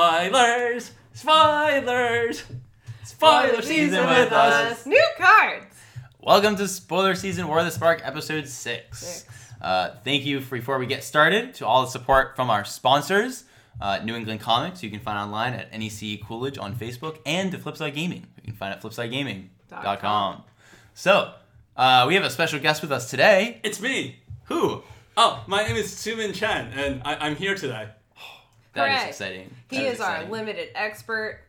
Spoilers! Spoilers! Spoiler season with us! New cards. Welcome to Spoiler Season War of the Spark, Episode 6. Six. Uh, thank you, for, before we get started, to all the support from our sponsors, uh, New England Comics, you can find online at NEC Coolidge on Facebook, and to Flipside Gaming, you can find at Dot flipsidegaming.com. So, uh, we have a special guest with us today. It's me. Who? Oh, my name is Sumin Chen, and I- I'm here today. That is Hooray. exciting. He That is our exciting. limited expert.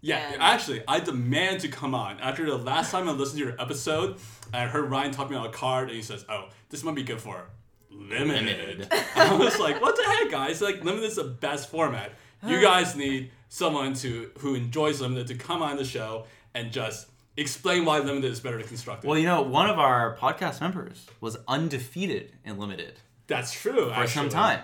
Yeah, And- actually, I demand to come on. After the last time I listened to your episode, I heard Ryan talking about a card, and he says, "Oh, this might be good for limited." Limited. I was like, "What the heck, guys? Like, limited is the best format. You guys need someone to who enjoys limited to come on the show and just explain why limited is better than constructed." Well, you know, one of our podcast members was undefeated in limited That's true. for some time.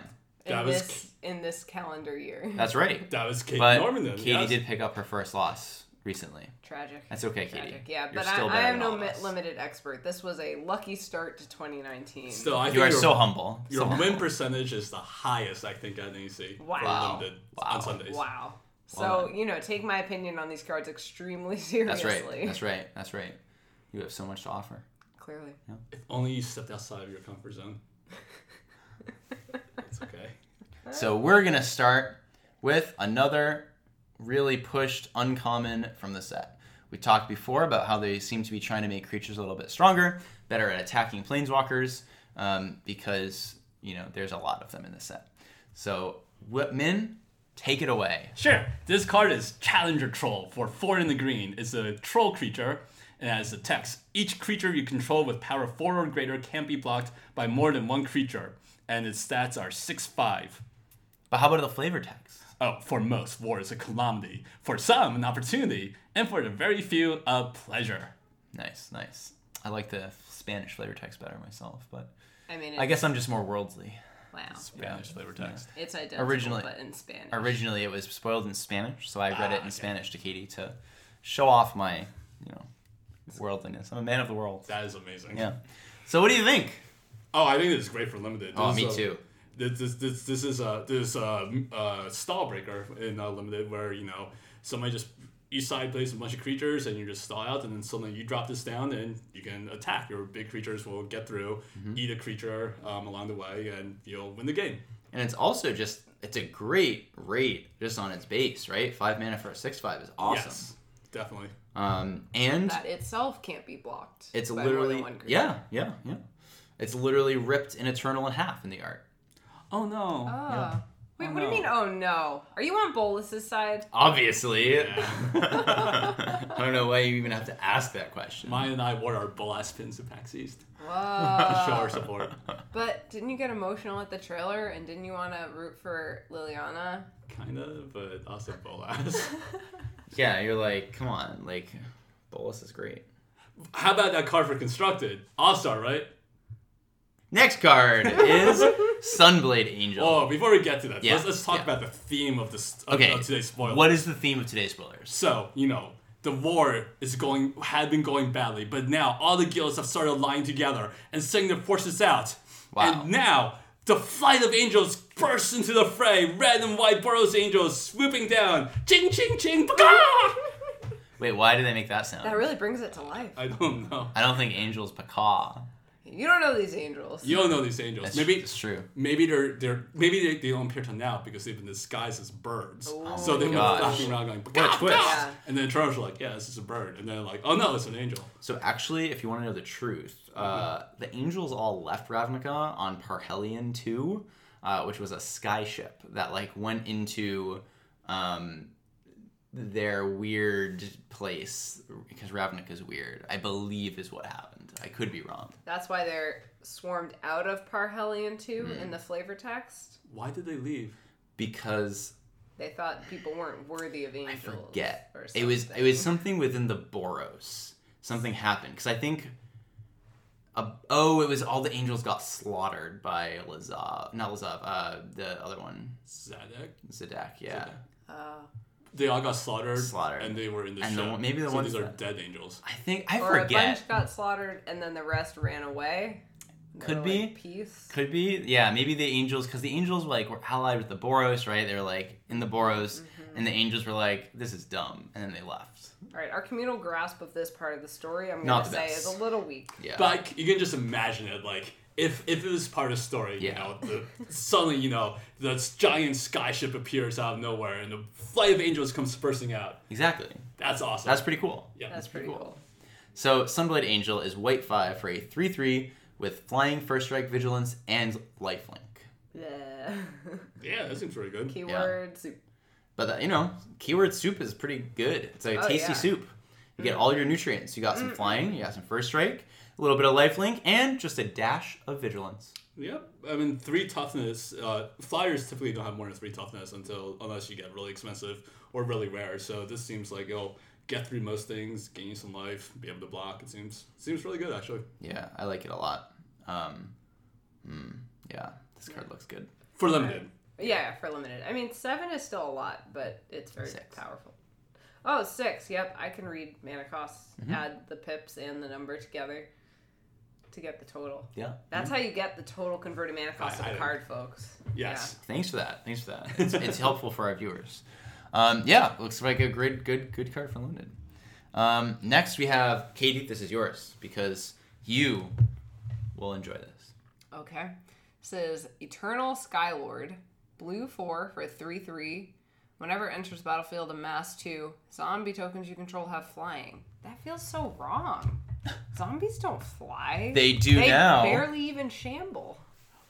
In That was this in this calendar year. That's right. That was Kate But Norman. Then, Katie yes. did pick up her first loss recently. tragic. That's okay, Katie. Tragic. Yeah, You're but I, still I better am than no all of mi- us. limited expert. This was a lucky start to 2019. Still, I think You are you're- so humble. Your so win humble. percentage is the highest I think at NEC. Wow. for Wow. limited Wow. On Sundays. wow. So Well you know, take my opinion on these cards extremely seriously. That's right. That's right. That's right. You have so much to offer. Clearly. If only you stepped outside of your comfort zone. it's okay. So we're gonna start with another really pushed uncommon from the set. We talked before about how they seem to be trying to make creatures a little bit stronger, better at attacking planeswalkers, um, because you know there's a lot of them in the set. So Whip Min, take it away. Sure. This card is Challenger Troll for four in the green. It's a troll creature and has the text Each creature you control with power four or greater can't be blocked by more than one creature, and its stats are 6 5. But how about the flavor text? Oh, for most, war is a calamity. For some, an opportunity. And for the very few, a pleasure. Nice, nice. I like the Spanish flavor text better myself, but I mean, it's, I guess I'm just more worldly. wow. Spanish flavor text. It's identical, Originally- but in Spanish. Originally, it was spoiled in Spanish, so I read Ah, it in okay. Spanish to Katie to show off my, you know, worldliness. I'm a man of the world. That is amazing. Yeah. So, what do you think? Oh, I think this is great for limited. Oh, This me is a- too. This this this, this is a this is a, m- a stall breaker in uh, limited where you know somebody just each side plays a bunch of creatures and you just stall out and then suddenly you drop this down and you can attack. Your big creatures will get through, Mm-hmm. eat a creature um, along the way, and you'll win the game. And it's also just it's a great rate just on its base, right? Five mana for a six-five is awesome. Yes, definitely. Um, and that itself can't be blocked. it's by more than literally one creature. yeah, yeah, yeah. It's literally ripped an eternal in half in the art. Oh no. Oh. Wait, Oh, what do you no. mean? Oh no! Are you on Bolus's side? Obviously. Yeah. I don't know why you even have to ask that question. Maya and I wore our blast pins to PAX East to show our Whoa! support. but didn't you get emotional at the trailer? And didn't you want to root for Liliana? kind of, but also blast. Yeah, you're like, come on, like, Bolus is great. How about that card for constructed? All star, right? Next card is Sunblade Angel. Oh, before we get to that, Yeah, let's, let's talk yeah. about the theme of this of, okay. of today's spoiler. What is the theme of today's spoilers? So you know, the war is going had been going badly, but now all the guilds have started lying together and sending their forces out. Wow. And now the flight of angels bursts into the fray. Red and white Boros angels swooping down. Ching ching ching. Paka! Wait, why do they make that sound? That really brings it to life. I don't know. I don't think Angel's Pacaw. You don't know these angels. You don't know these angels. That's, Maybe it's true. Maybe they're they're maybe they, they don't appear till now because they've been disguised as birds. so they've been gosh. flapping around going, "Gah, twist." gah!" Yeah. And then Eternals are like, yeah, this is a bird. And they're like, oh no, it's an angel. So actually, if you want to know the truth, uh, the Angels all left Ravnica on Parhelion 2, uh, which was a skyship that, like, went into um, their weird place, because Ravnica's weird, I believe is what happened. I could be wrong. That's why they're swarmed out of Parhelion 2 Hmm. in the flavor text. Why did they leave? Because They thought people weren't worthy of angels. forget. or It was it something. was something within the Boros. Something happened because I think. A, oh, it was all the angels got slaughtered by Lazav, not Lazav, uh, the other one, Zadok. Zadak, yeah. Zadak. Oh. They all got slaughtered. Slaughtered. And they were in the And the ship. one- maybe the so ones these are that- dead angels. I think I or a forget. bunch got slaughtered and then the rest ran away. Could like, be. peace. Could be, yeah, maybe the Angels, because the Angels like were allied with the Boros, right? They were like in the Boros, Mm-hmm. and the Angels were like, "This is dumb," and then they left. All right, our communal grasp of this part of the story, I'm Not gonna the say, best. is a little weak. Yeah, But like, you can just imagine it, like if if it was part of the story, Yeah. you know, the, suddenly you know this giant skyship appears out of nowhere and the flight of angels comes bursting out. exactly. That's awesome. That's pretty cool. yeah. That's pretty pretty cool. So Sunblade Angel is white five for a three three with flying, first strike, vigilance, and lifelink. Yeah. yeah, that seems pretty good. Keyword soup. But that, you know, keyword soup is pretty good. It's a Oh, yeah. tasty soup. You get all your nutrients. You got some flying. You got some first strike. A little bit of lifelink and just a dash of vigilance. Yep. I mean, three toughness. Uh, flyers typically don't have more than three toughness until unless you get really expensive or really rare. So this seems like it'll get through most things, gain you some life, be able to block. It seems seems really good actually Yeah, I like it a lot. Um, mm, yeah, this card looks good. for limited. Yeah, for limited. I mean, seven is still a lot, but it's very Six. powerful. Oh, six. Yep, I can read mana costs, Mm-hmm. add the pips and the number together to get the total. Yeah. That's how you get the total converted mana cost Mm-hmm. I- of I- a card, folks. Yes. Thanks for that. Thanks for that. It's, it's helpful for our viewers. Um, yeah, looks like a good, good, good card for London. Um, next, we have Katie. This is yours because you will enjoy this. Yeah. Okay. Says Eternal Skylord, blue four for three three. Whenever it enters battlefield, a mass two zombie tokens you control have flying. That feels so wrong. Zombies don't fly. They do now. barely even shamble.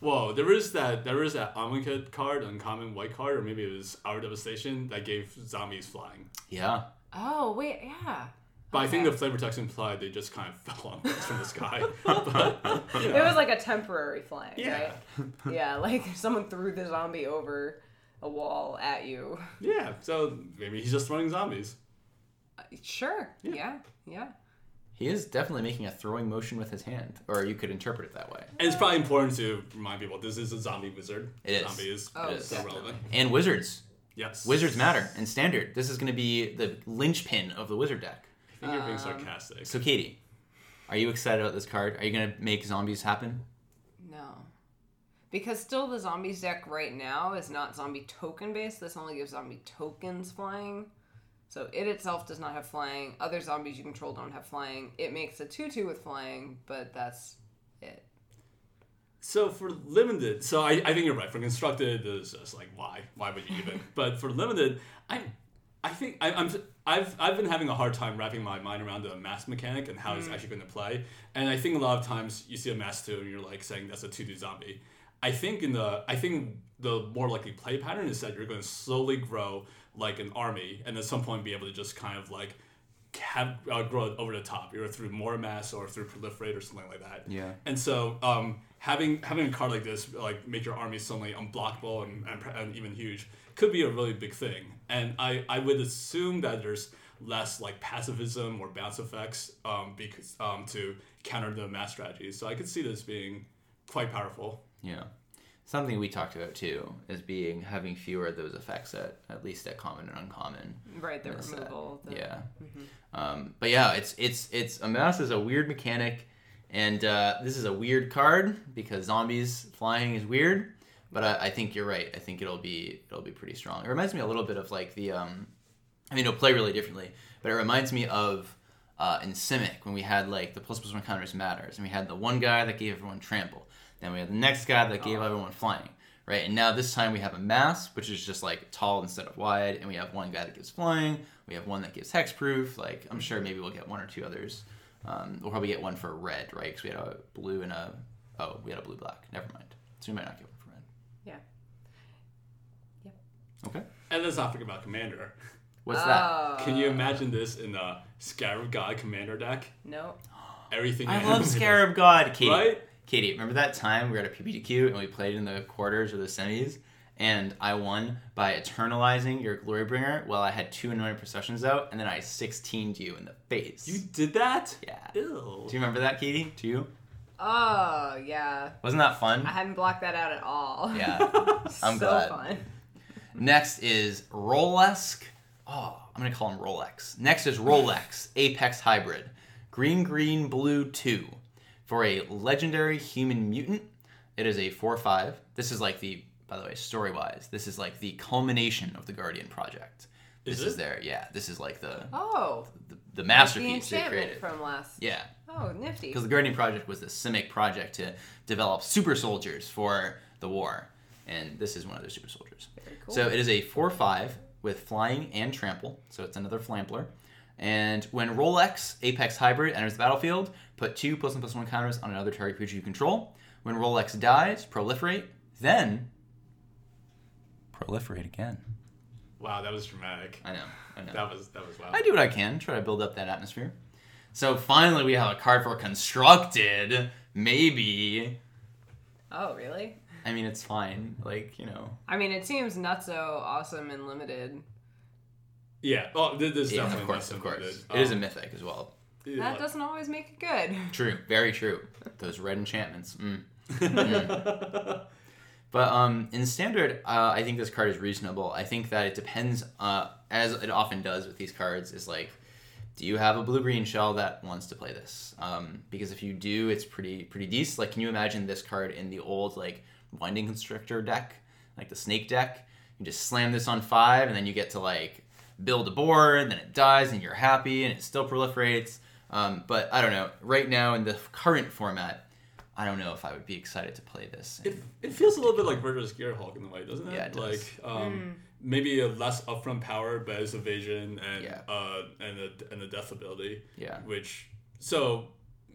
Whoa, there is that there is that Amonkhet card, uncommon white card, or maybe it was Our Devastation that gave zombies flying. Yeah, Oh wait, yeah. But I think Okay. the flavor text implied they just kind of fell on us from the sky. but, you It know, was like a temporary flying, Yeah. right? yeah, like someone threw the zombie over a wall at you. yeah, so maybe he's just throwing zombies. Sure. Yeah. Yeah. he is definitely making a throwing motion with his hand, or you could interpret it that way. And it's probably important to remind people this is a zombie wizard. It is. Zombie is Oh, is. so definitely. relevant. And wizards, Yes. wizards matter and standard. This is going to be the linchpin of the wizard deck. I think you're Um, being sarcastic. So, Katie, are you excited about this card? Are you going to make zombies happen? No. Because still the zombies deck right now is not zombie token based. This only gives zombie tokens flying. So it itself does not have flying. Other zombies you control don't have flying. It makes a 2 2 with flying, but that's it. So for limited, so I, I think you're right. For constructed, it's just like why why would you even? but for limited, I I think I, I'm I've I've been having a hard time wrapping my mind around the mass mechanic and how it's actually going to play. And I think a lot of times you see a mass two and you're like saying that's a two two zombie. I think in the I think the more likely play pattern is that you're going to slowly grow like an army, and at some point be able to just kind of like have uh, grow it over the top, either through more mass or through proliferate or something like that. Yeah. And so um, having having a card like this, like make your army suddenly unblockable and, and, pr- and even huge, could be a really big thing. And I, I would assume that there's less like pacifism or bounce effects um, because um, to counter the mass strategies. So I could see this being quite powerful. Yeah. Something we talked about too is being having fewer of those effects at at least at common and uncommon. Right, the That's that. removal. The, Yeah. Um, but yeah, it's it's it's a mouse is a weird mechanic, and uh, this is a weird card because zombies flying is weird. But I, I think you're right. I think it'll be it'll be pretty strong. It reminds me a little bit of like the um, I mean, it'll play really differently, but it reminds me of uh, in Simic when we had like the plus plus one counters matters, and we had the one guy that gave everyone trample, then we had the next guy that gave everyone flying, right? And now this time we have a mass, which is just like tall instead of wide, and we have one guy that gives flying, we have one that gives hexproof. Like I'm sure maybe we'll get one or two others. Um, we'll probably get one for red, right? Because we had a blue and a oh, we had a blue black. Never mind. So we might not get one for red. Yeah. Okay, And let's not forget about Commander. what's that? Oh, Can you imagine this in a Scarab God Commander deck? no. Everything I you love have- Scarab God, Katie. Right? Katie, remember that time we were at a PPTQ and we played in the quarters or the semis, and I won by eternalizing your Glorybringer while I had two annoying processions out, and then I 16'd you in the face. You did that? yeah. Do Ew. you remember that, Katie? Do you? Oh, yeah. Wasn't that fun? I hadn't blocked that out at all. yeah. I'm so glad. fun. Next is Rolesk. Oh, I'm gonna call him Rolex. Next is Rolex Apex Hybrid, green, green, blue two, for a legendary human mutant. It is a 4 5. This is like the, by the way, story wise, this is like the culmination of the Guardian project. Is This is it? their, yeah, this is like the, Oh, the, the the masterpiece they enchantment created. from last. Yeah, Oh, nifty. because the Guardian Project was the Simic project to develop super soldiers for the war, and this is one of their super soldiers. Very cool. So it is a four-five with flying and trample, so it's another flampler. And when Rolex Apex Hybrid enters the battlefield, put two plus one plus one counters on another target creature you control. When Rolex dies, proliferate, then proliferate again. Wow, that was dramatic. I know, I know. That was that was wow. I do what I can, try to build up that atmosphere. So finally, we have a card for constructed. Maybe. oh, really? I mean, it's fine. Like, you know. I mean, it seems not so awesome and limited. Yeah. Oh, th- this is Yeah, definitely of course, not of course. something that- It is a um, mythic as well. yeah. That doesn't always make it good. True. Very true. Those red enchantments. Mm. But um, in standard, uh, I think this card is reasonable. I think that it depends, uh, as it often does with these cards, is like, do you have a blue green shell that wants to play this? Um, because if you do, it's pretty pretty decent. Like, can you imagine this card in the old like Winding Constrictor deck, like the Snake deck? You just slam this on five, and then you get to like build a board, then it dies, and you're happy, and it still proliferates. Um, but I don't know. Right now, in the current format, I don't know if I would be excited to play this. It, it feels a little bit like Virtuous Gearhulk in a way, doesn't it? Yeah, it does. Like um, maybe a less upfront power, but it's evasion and Yeah. uh, and a and a death ability. Yeah. Which so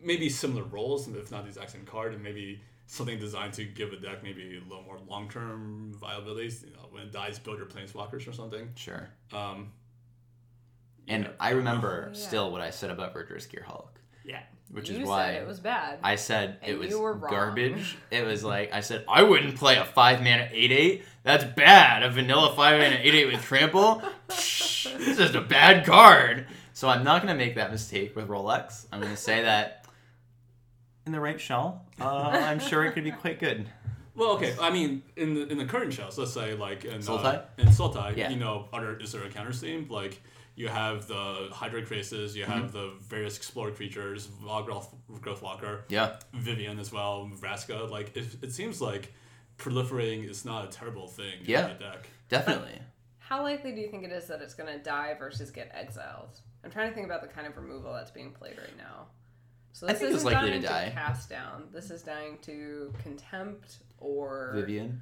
maybe similar roles, if not the exact same card, and maybe something designed to give a deck maybe a little more long term viability. You know, when it dies, build your planeswalkers or something. Sure. Um, And I remember Oh, Yeah. still what I said about Virtuous Gear Hulk, yeah. which you is why said it was bad. I said and it was you were wrong. garbage. It was like I said I wouldn't play a five mana eight eight. That's bad. A vanilla five mana eight eight with trample. Psh, this is a bad card. So I'm not gonna make that mistake with Rolex. I'm gonna say that in the right shell, uh, I'm sure it could be quite good. Well, okay. I mean, in the in the current shells, let's say like in Sultai? uh, in Sultai, Yeah. you know, other is there a counter theme? Like you have the Hydra Crisis, you Mm-hmm. have the various Explorer creatures, Vogroth, Growth Walker, Yeah. Vivian as well, Vraska. Like it, it seems like proliferating is not a terrible thing Yeah. in the deck. Definitely. How likely do you think it is that it's going to die versus get exiled? I'm trying to think about the kind of removal that's being played right now. So I this think it's isn't likely dying to die. cast down. This is dying to contempt or Vivian.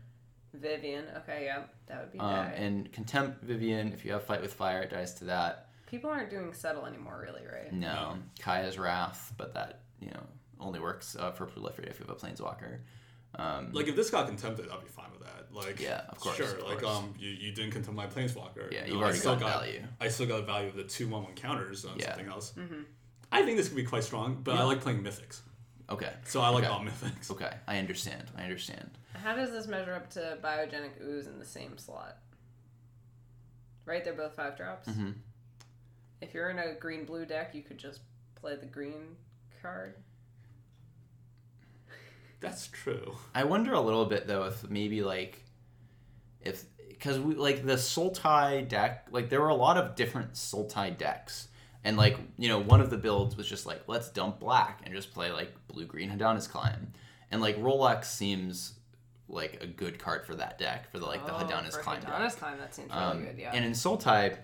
Vivian. Okay, yeah, that would be Um, die. and Contempt Vivian, if you have Fight with Fire, it dies to that. People aren't doing settle anymore, really, right? No, Um, Kaya's Wrath, but that you know only works uh, for proliferate if you have a planeswalker. Um, Like if this got contempted, I'd be fine with that. Like Yeah, of course, sure. of like course. um, you, you didn't contempt my planeswalker. yeah, You you've know, I already still got, value. I still got the value of the two one one counters on Yeah. something else. I think this could be quite strong, but I like playing mythics, Okay, so I like Okay. all mythics. okay, I understand. I understand. How does this measure up to biogenic ooze in the same slot? Right, they're both five drops. Mhm. If you're in a green blue deck, you could just play the green card. That's true. I wonder a little bit though if maybe like if because we like the Sultai deck, like there were a lot of different Sultai decks. And like you know, one of the builds was just like let's dump black and just play like blue green Hadonis Climb, and like Rolex seems like a good card for that deck for the like the Hadonis Oh, for Climb deck. Hadonis Climb, that seems really Um, good, yeah. And in Soul Tide,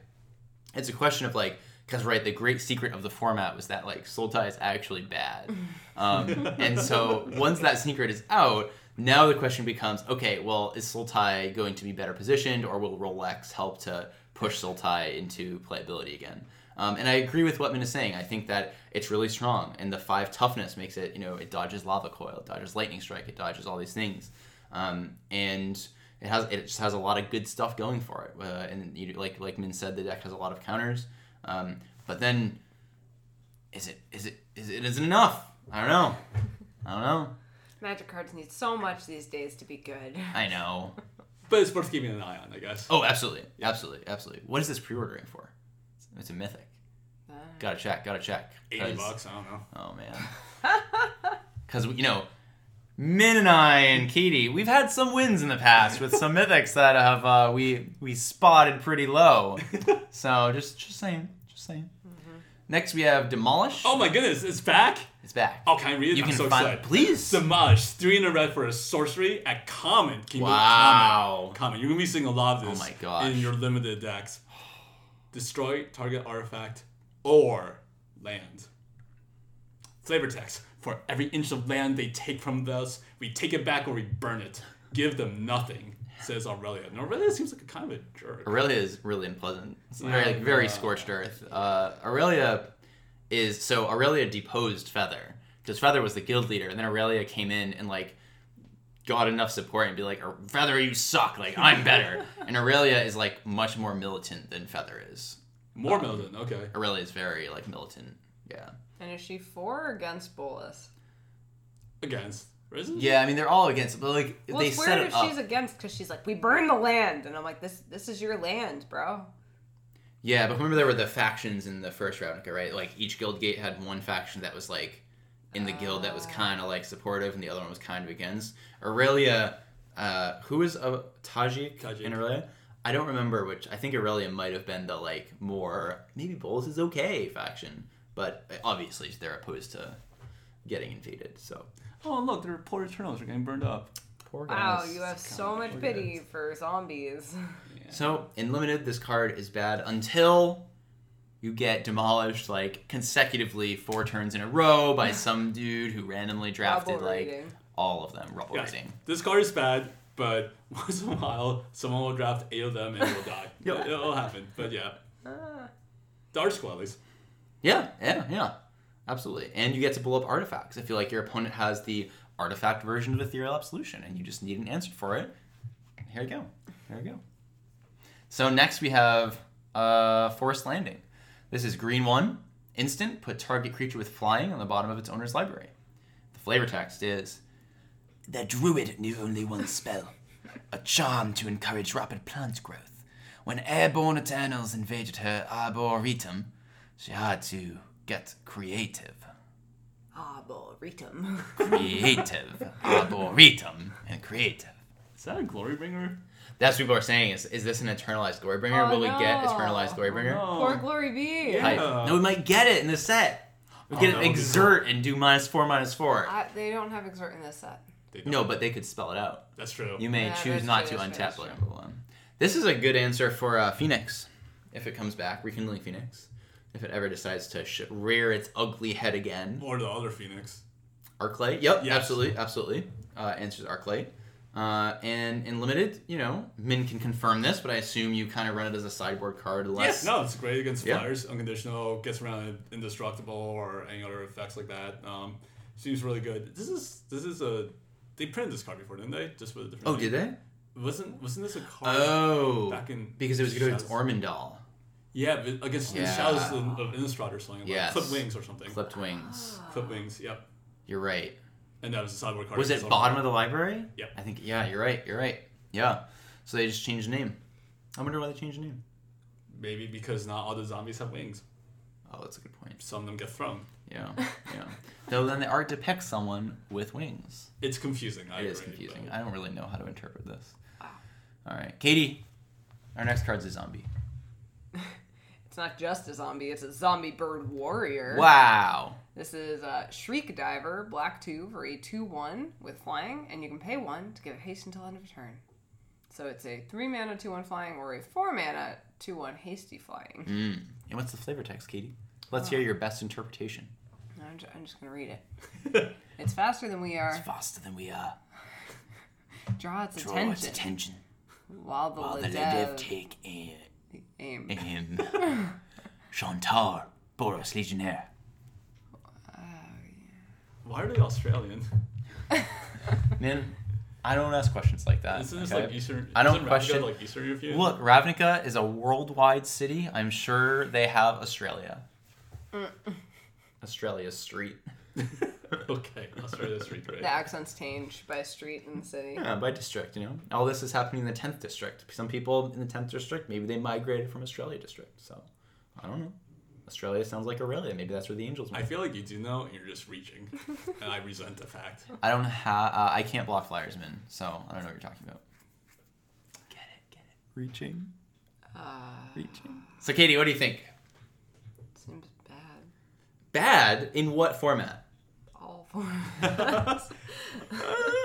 it's a question of like, because right, the great secret of the format was that like Soul Tide is actually bad, um, and so once that secret is out, now the question becomes, okay, well, is Soul Tide going to be better positioned, or will Rolex help to push Soul Tide into playability again? Um, and I agree with what Min is saying. I think that it's really strong, and the five toughness makes it, you know, it dodges lava coil, it dodges lightning strike, it dodges all these things, um, and it has it just has a lot of good stuff going for it. Uh, and you, like like Min said, the deck has a lot of counters. Um, but then, is it is it is it is it enough? I don't know. I don't know. Magic cards need so much these days to be good. I know. But it's worth keeping an eye on, I guess. Oh, absolutely, absolutely, absolutely. What is this pre-ordering for? It's a mythic. Uh, Gotta check. Gotta check. 80 'Cause- bucks, I don't know. Oh man. Because you know, Min and I and Katie, we've had some wins in the past with some mythics that have uh, we we spotted pretty low. So just just saying, just saying. Next we have Demolish. Mm-hmm. Oh my goodness, it's back. It's back. Oh, can I read it? You I'm can so find excited. please. Damage, three in a red for a sorcery at common. Can you believe Wow. Common? Common. You're gonna be seeing a lot of this Oh my gosh. in your limited decks. Destroy target artifact or land. Flavor text. For every inch of land they take from us, we take it back or we burn it. Give them nothing, says Aurelia. And Aurelia seems like a kind of a jerk. Aurelia is really unpleasant. It's very like, very scorched earth. Uh, Aurelia is so Aurelia deposed Feather because Feather was the guild leader, and then Aurelia came in and like got enough support and be like, Feather, you suck. Like I'm better. and Aurelia is like much more militant than Feather is. More Melden, okay. Aurelia is very like militant. Yeah. And is she for or against Bolus? Against. Risen? Yeah, I mean they're all against, it, but like Well, they it's set weird it if up. she's against because she's like, we burn the land, and I'm like, this this is your land, bro. Yeah, but remember there were the factions in the first Ravnica, right? Like each guild gate had one faction that was like in the guild that was kind of like supportive, and the other one was kind of against. Aurelia, uh, who was uh, Tajik, Tajik. in Aurelia? I don't remember which. I think Aurelia might have been the like more maybe Bolus is okay faction, but obviously they're opposed to getting invaded. So Oh look, their poor Eternals are getting burned up. poor Wow, guys. you have so much pity for zombies. So in limited, this card is bad until you get demolished like consecutively four turns in a row by some dude who randomly drafted Rubble like raiding. all of them. Rubble Yes, raiding. this card is bad, but once in a while, someone will draft eight of them and will die. Yep. It, will happen, but yeah. Uh. Ah. Dark Squad, at least. Yeah, yeah, yeah. Absolutely. And you get to blow up artifacts. I feel like your opponent has the artifact version of Ethereal Absolution, and you just need an answer for it. Here you go. Here you go. So next we have uh, Forest Landing. This is green one. Instant, put target creature with flying on the bottom of its owner's library. The flavor text is The druid knew only one spell a charm to encourage rapid plant growth. When airborne Eternals invaded her arboretum, she had to get creative. Ah, Arboretum. Creative. arboretum and creative. Is that a Glory Bringer? That's what people are saying. Is, is this an eternalized Glorybringer? Oh, Will we get no. Oh, eternalized Glorybringer? Poor Glory B. Yeah. Hype. No, we might get it in the set. We Oh, get that would be exert and do minus four, minus four. I, they don't have exert in this set. They don't. no, but they could spell it out. That's true. You may Yeah, choose that's not true, to that's true, untap that's number one. This is a good answer for uh, Phoenix, if it comes back, rekindling Phoenix. If it ever decides to sh- rear its ugly head again, Or the other Phoenix. Arclight. Yep, Yes. absolutely, absolutely. Uh, answers Arclight. Uh, and in limited, you know, Min can confirm this, but I assume you kind of run it as a sideboard card. Less, Yes, no, it's great against Yeah. flyers. Unconditional, gets around indestructible or any other effects like that. Um, seems really good. This is this is a. They printed this card before, didn't they? Just with a different. Oh, name. did they? Wasn't wasn't this a card? Oh, Back in because it was good against Shadows. Ormondal, Yeah, but against the Yeah. shadows of, of Innistrad or something. Like Yes. Clip wings or something. Clip. clipped wings. Ah. wings. Yep. You're right. And that was a sideboard card. Was it So- bottom of the library? Yep. I think yeah. You're right. You're right. Yeah. So they just changed the name. I wonder why they changed the name. Maybe because not all the zombies have wings. Oh, that's a good point. Some of them get thrown. Yeah. Yeah. Though then the art depicts someone with wings. It's confusing. I It is agree, confusing. but- I don't really know how to interpret this. All right, Katie. Our next card's a zombie. It's not just a zombie, it's a zombie bird warrior. Wow. This is a Shriek Diver, black 2 for a 2 1 with flying, and you can pay 1 to give it haste until end of turn. So it's a 3 mana 2 1 flying or a 4 mana 2 1 hasty flying. Mm. And what's the flavor text, Katie? Let's hear your best interpretation. I'm, ju- I'm just going to read it. It's faster than we It's are. faster than we are. Draw its Draw attention its attention while the, while the Ledev Ledev take aim. aim. Ahem. Chantar, Boros Legionnaire. Why are they Australian? Man, I don't ask questions like that. Isn't this Uh, okay? like Eastern? I don't isn't Ravnica, question- like Eastern European. Look, Ravnica is a worldwide city. I'm sure they have Australia. Australia Street. okay, Australia Street Great. The accents change by street and city. Yeah, by district, you know. All this is happening in the 10th district. Some people in the 10th district, maybe they migrated from Australia district. So, I don't know. Australia sounds like Aurelia. Maybe that's where the angels I went. feel like you do know, and you're just reaching, and I resent the fact. I don't have. Uh, I can't block flyers, man. So I don't know what you're talking about. Get it, get it. Reaching, Uh, reaching. So Katie, what do you think? seems bad. bad in what format? All four.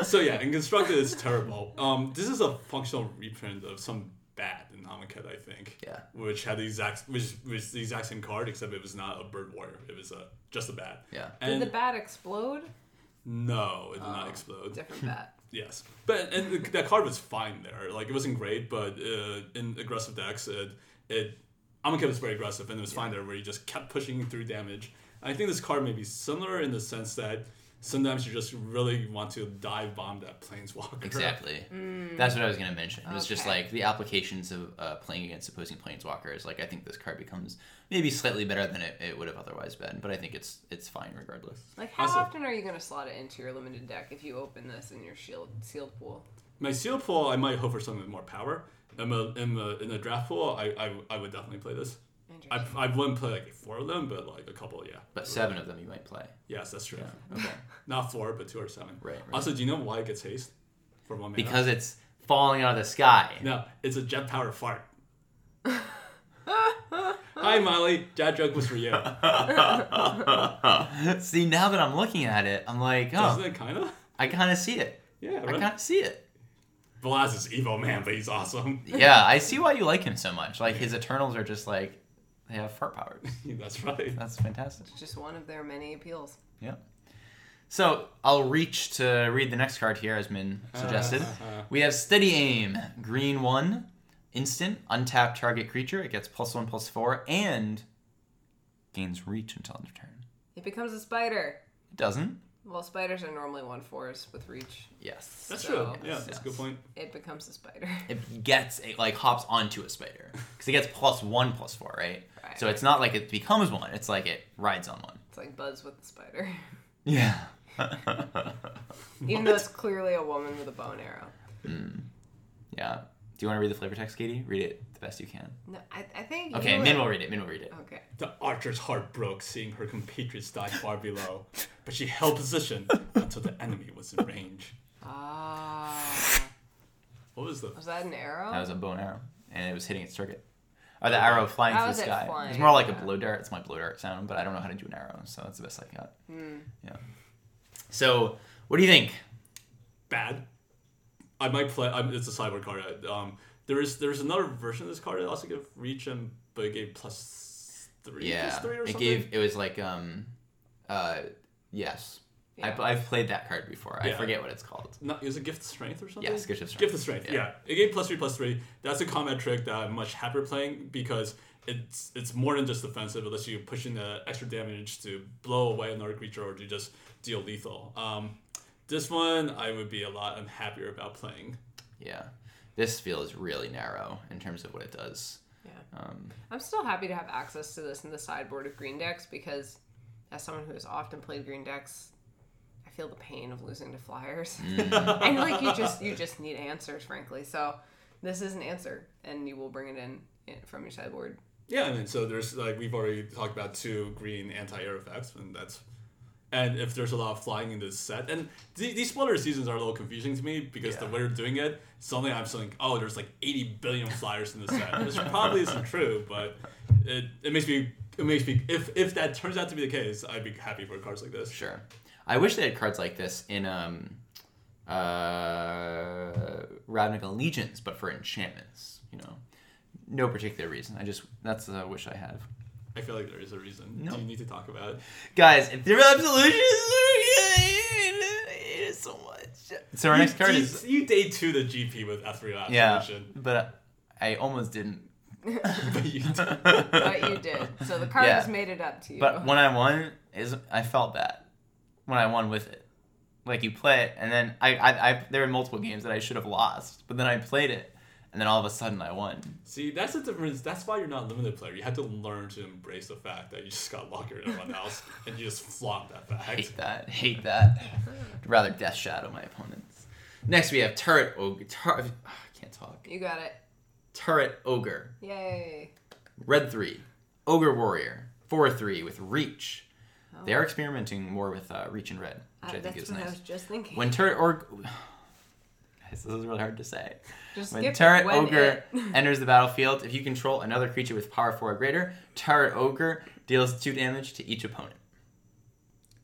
So yeah, in constructed it's terrible. Um, this is a functional reprint of some bad in Amonkhet, I think. Yeah. Which had the exact which was the exact same card except it was not a bird warrior. It was a just a bat. Yeah. Did And the bat explode? no, it did not Oh, explode. Different bat. Yes, but and the, that card was fine there. Like it wasn't great, but uh, in aggressive decks, it it Amonkhet was very aggressive, and it was fine there where you just kept pushing through damage. I think this card may be similar in the sense that sometimes you just really want to dive bomb that planeswalker. Exactly. Mm. That's what I was gonna mention. It was just Okay. like the applications of uh, playing against opposing planeswalkers. Like I think this card becomes maybe slightly better than it, it would have otherwise been, but I think it's it's fine regardless. Like, how Also- often are you going to slot it into your limited deck if you open this in your shield sealed pool? My seal pool, I might hope for something with more power. In a, in a, in a draft pool, I, I, I would definitely play this. I, Interesting. I wouldn't play like four of them, but like a couple, yeah. But seven of them you might play. Yes, that's true. Okay. Not four, but two or seven. Right, right. Also, do you know why it gets haste for one mana? Because it's falling out of the sky. No, it's a jet power fart. Hi, Molly. Dad joke was for you. see, now that I'm looking at it, I'm like, Doesn't oh, it kind of? I kind of see it. Yeah, I right. kind of see it. Velaz is evil, man, but he's awesome. Yeah, I see why you like him so much. Like his Eternals are just like they have fart powers. that's right. That's fantastic. It's just one of their many appeals. Yeah. So I'll reach to read the next card here, as Min suggested. Uh-huh. We have Steady Aim, green one, instant, untapped target creature. It gets plus one, plus four, and gains reach until end of turn. It becomes a spider. It doesn't. Well, spiders are normally one fours with reach. Yes. That's true. So- Yeah, that's a good point. It becomes a spider. It gets it like hops onto a spider because it gets plus one, plus four, right? Right. So it's not like it becomes one. It's like it rides on one. It's like Buzz with the spider. Yeah. Even though it's clearly a woman with a bow and arrow. yeah. Do you want to read the flavor text, Katie? Read it the best you can. No, I, I think. Okay, you Min would- will read it. Min will read it. Okay. The archer's heart broke seeing her compatriots die far below, but she held position until the enemy was in range. Ah. What was the? Was that an arrow? That was a bow and arrow, and it was hitting its target. Or the arrow flying How through is the it sky. flying? It's more like a Yeah. blow dart. It's my blow dart sound, but I don't know how to do an arrow, so that's the best I got. Hmm. Yeah. So, what do you think? bad. I might play. I'm, it's a sideboard card. Um, there is there's another version of this card that also gave reach and but it gave plus three, yeah, plus three or it something. gave. It was like um, uh, yes. Yeah. I, I've played that card before. I Yeah. forget what it's called. Not, is it gift of strength or something? Yes, gift of strength. Gift of strength. Yeah. Yeah. it gave plus three plus three. That's a combat trick that I'm much happier playing because it's it's more than just defensive. It lets you push in the extra damage to blow away another creature or to just deal lethal. Um, this one I would be a lot unhappier about playing. Yeah, this feels really narrow in terms of what it does. Yeah. Um, I'm still happy to have access to this in the sideboard of green decks because, as someone who has often played green decks, I feel the pain of losing to flyers. Mm. and like you just you just need answers, frankly. So this is an answer, and you will bring it in, in from your sideboard. Yeah, and then so there's like we've already talked about two green anti-air effects, and that's and if there's a lot of flying in this set, and th- these spoiler seasons are a little confusing to me because the Yeah. way they're doing it, suddenly I'm saying, oh, there's like 80 billion flyers in this set, which probably isn't true, but it, it makes me it makes me if if that turns out to be the case, I'd be happy for cards like this. Sure. I wish they had cards like this in um uh Ravnica Legions, but for enchantments, you know. No particular reason. I just that's the wish I have. I feel like there is a reason. No. Do you need to talk about it? Guys, Ethereal Absolution is it is so much. So our next card you, is you day two the GP with F3 Lab yeah, solution, but I almost didn't. but you did. But you did. So the card Yeah. just made it up to you. But when I won, is I felt that when I won with it, like you play it, and then I, I, I there were multiple games that I should have lost, but then I played it, and then all of a sudden I won. See, that's the difference. That's why you're not a limited player. You have to learn to embrace the fact that you just got luckier than everyone else, and you just flaunt that fact. Hate that. Hate that. I'd rather death shadow my opponents. Next we have turret ogre. Tur- ah, I can't talk. you got it. Turret ogre. Yay. Red three. Ogre warrior. Four three with reach. They are experimenting more with uh, reach and red, Oh. Uh, which I think that's is what I nice. was just thinking. When turret or Guys, this is really hard to say. just When skip turret when ogre it- enters the battlefield, if you control another creature with power four or greater, turret ogre deals two damage to each opponent.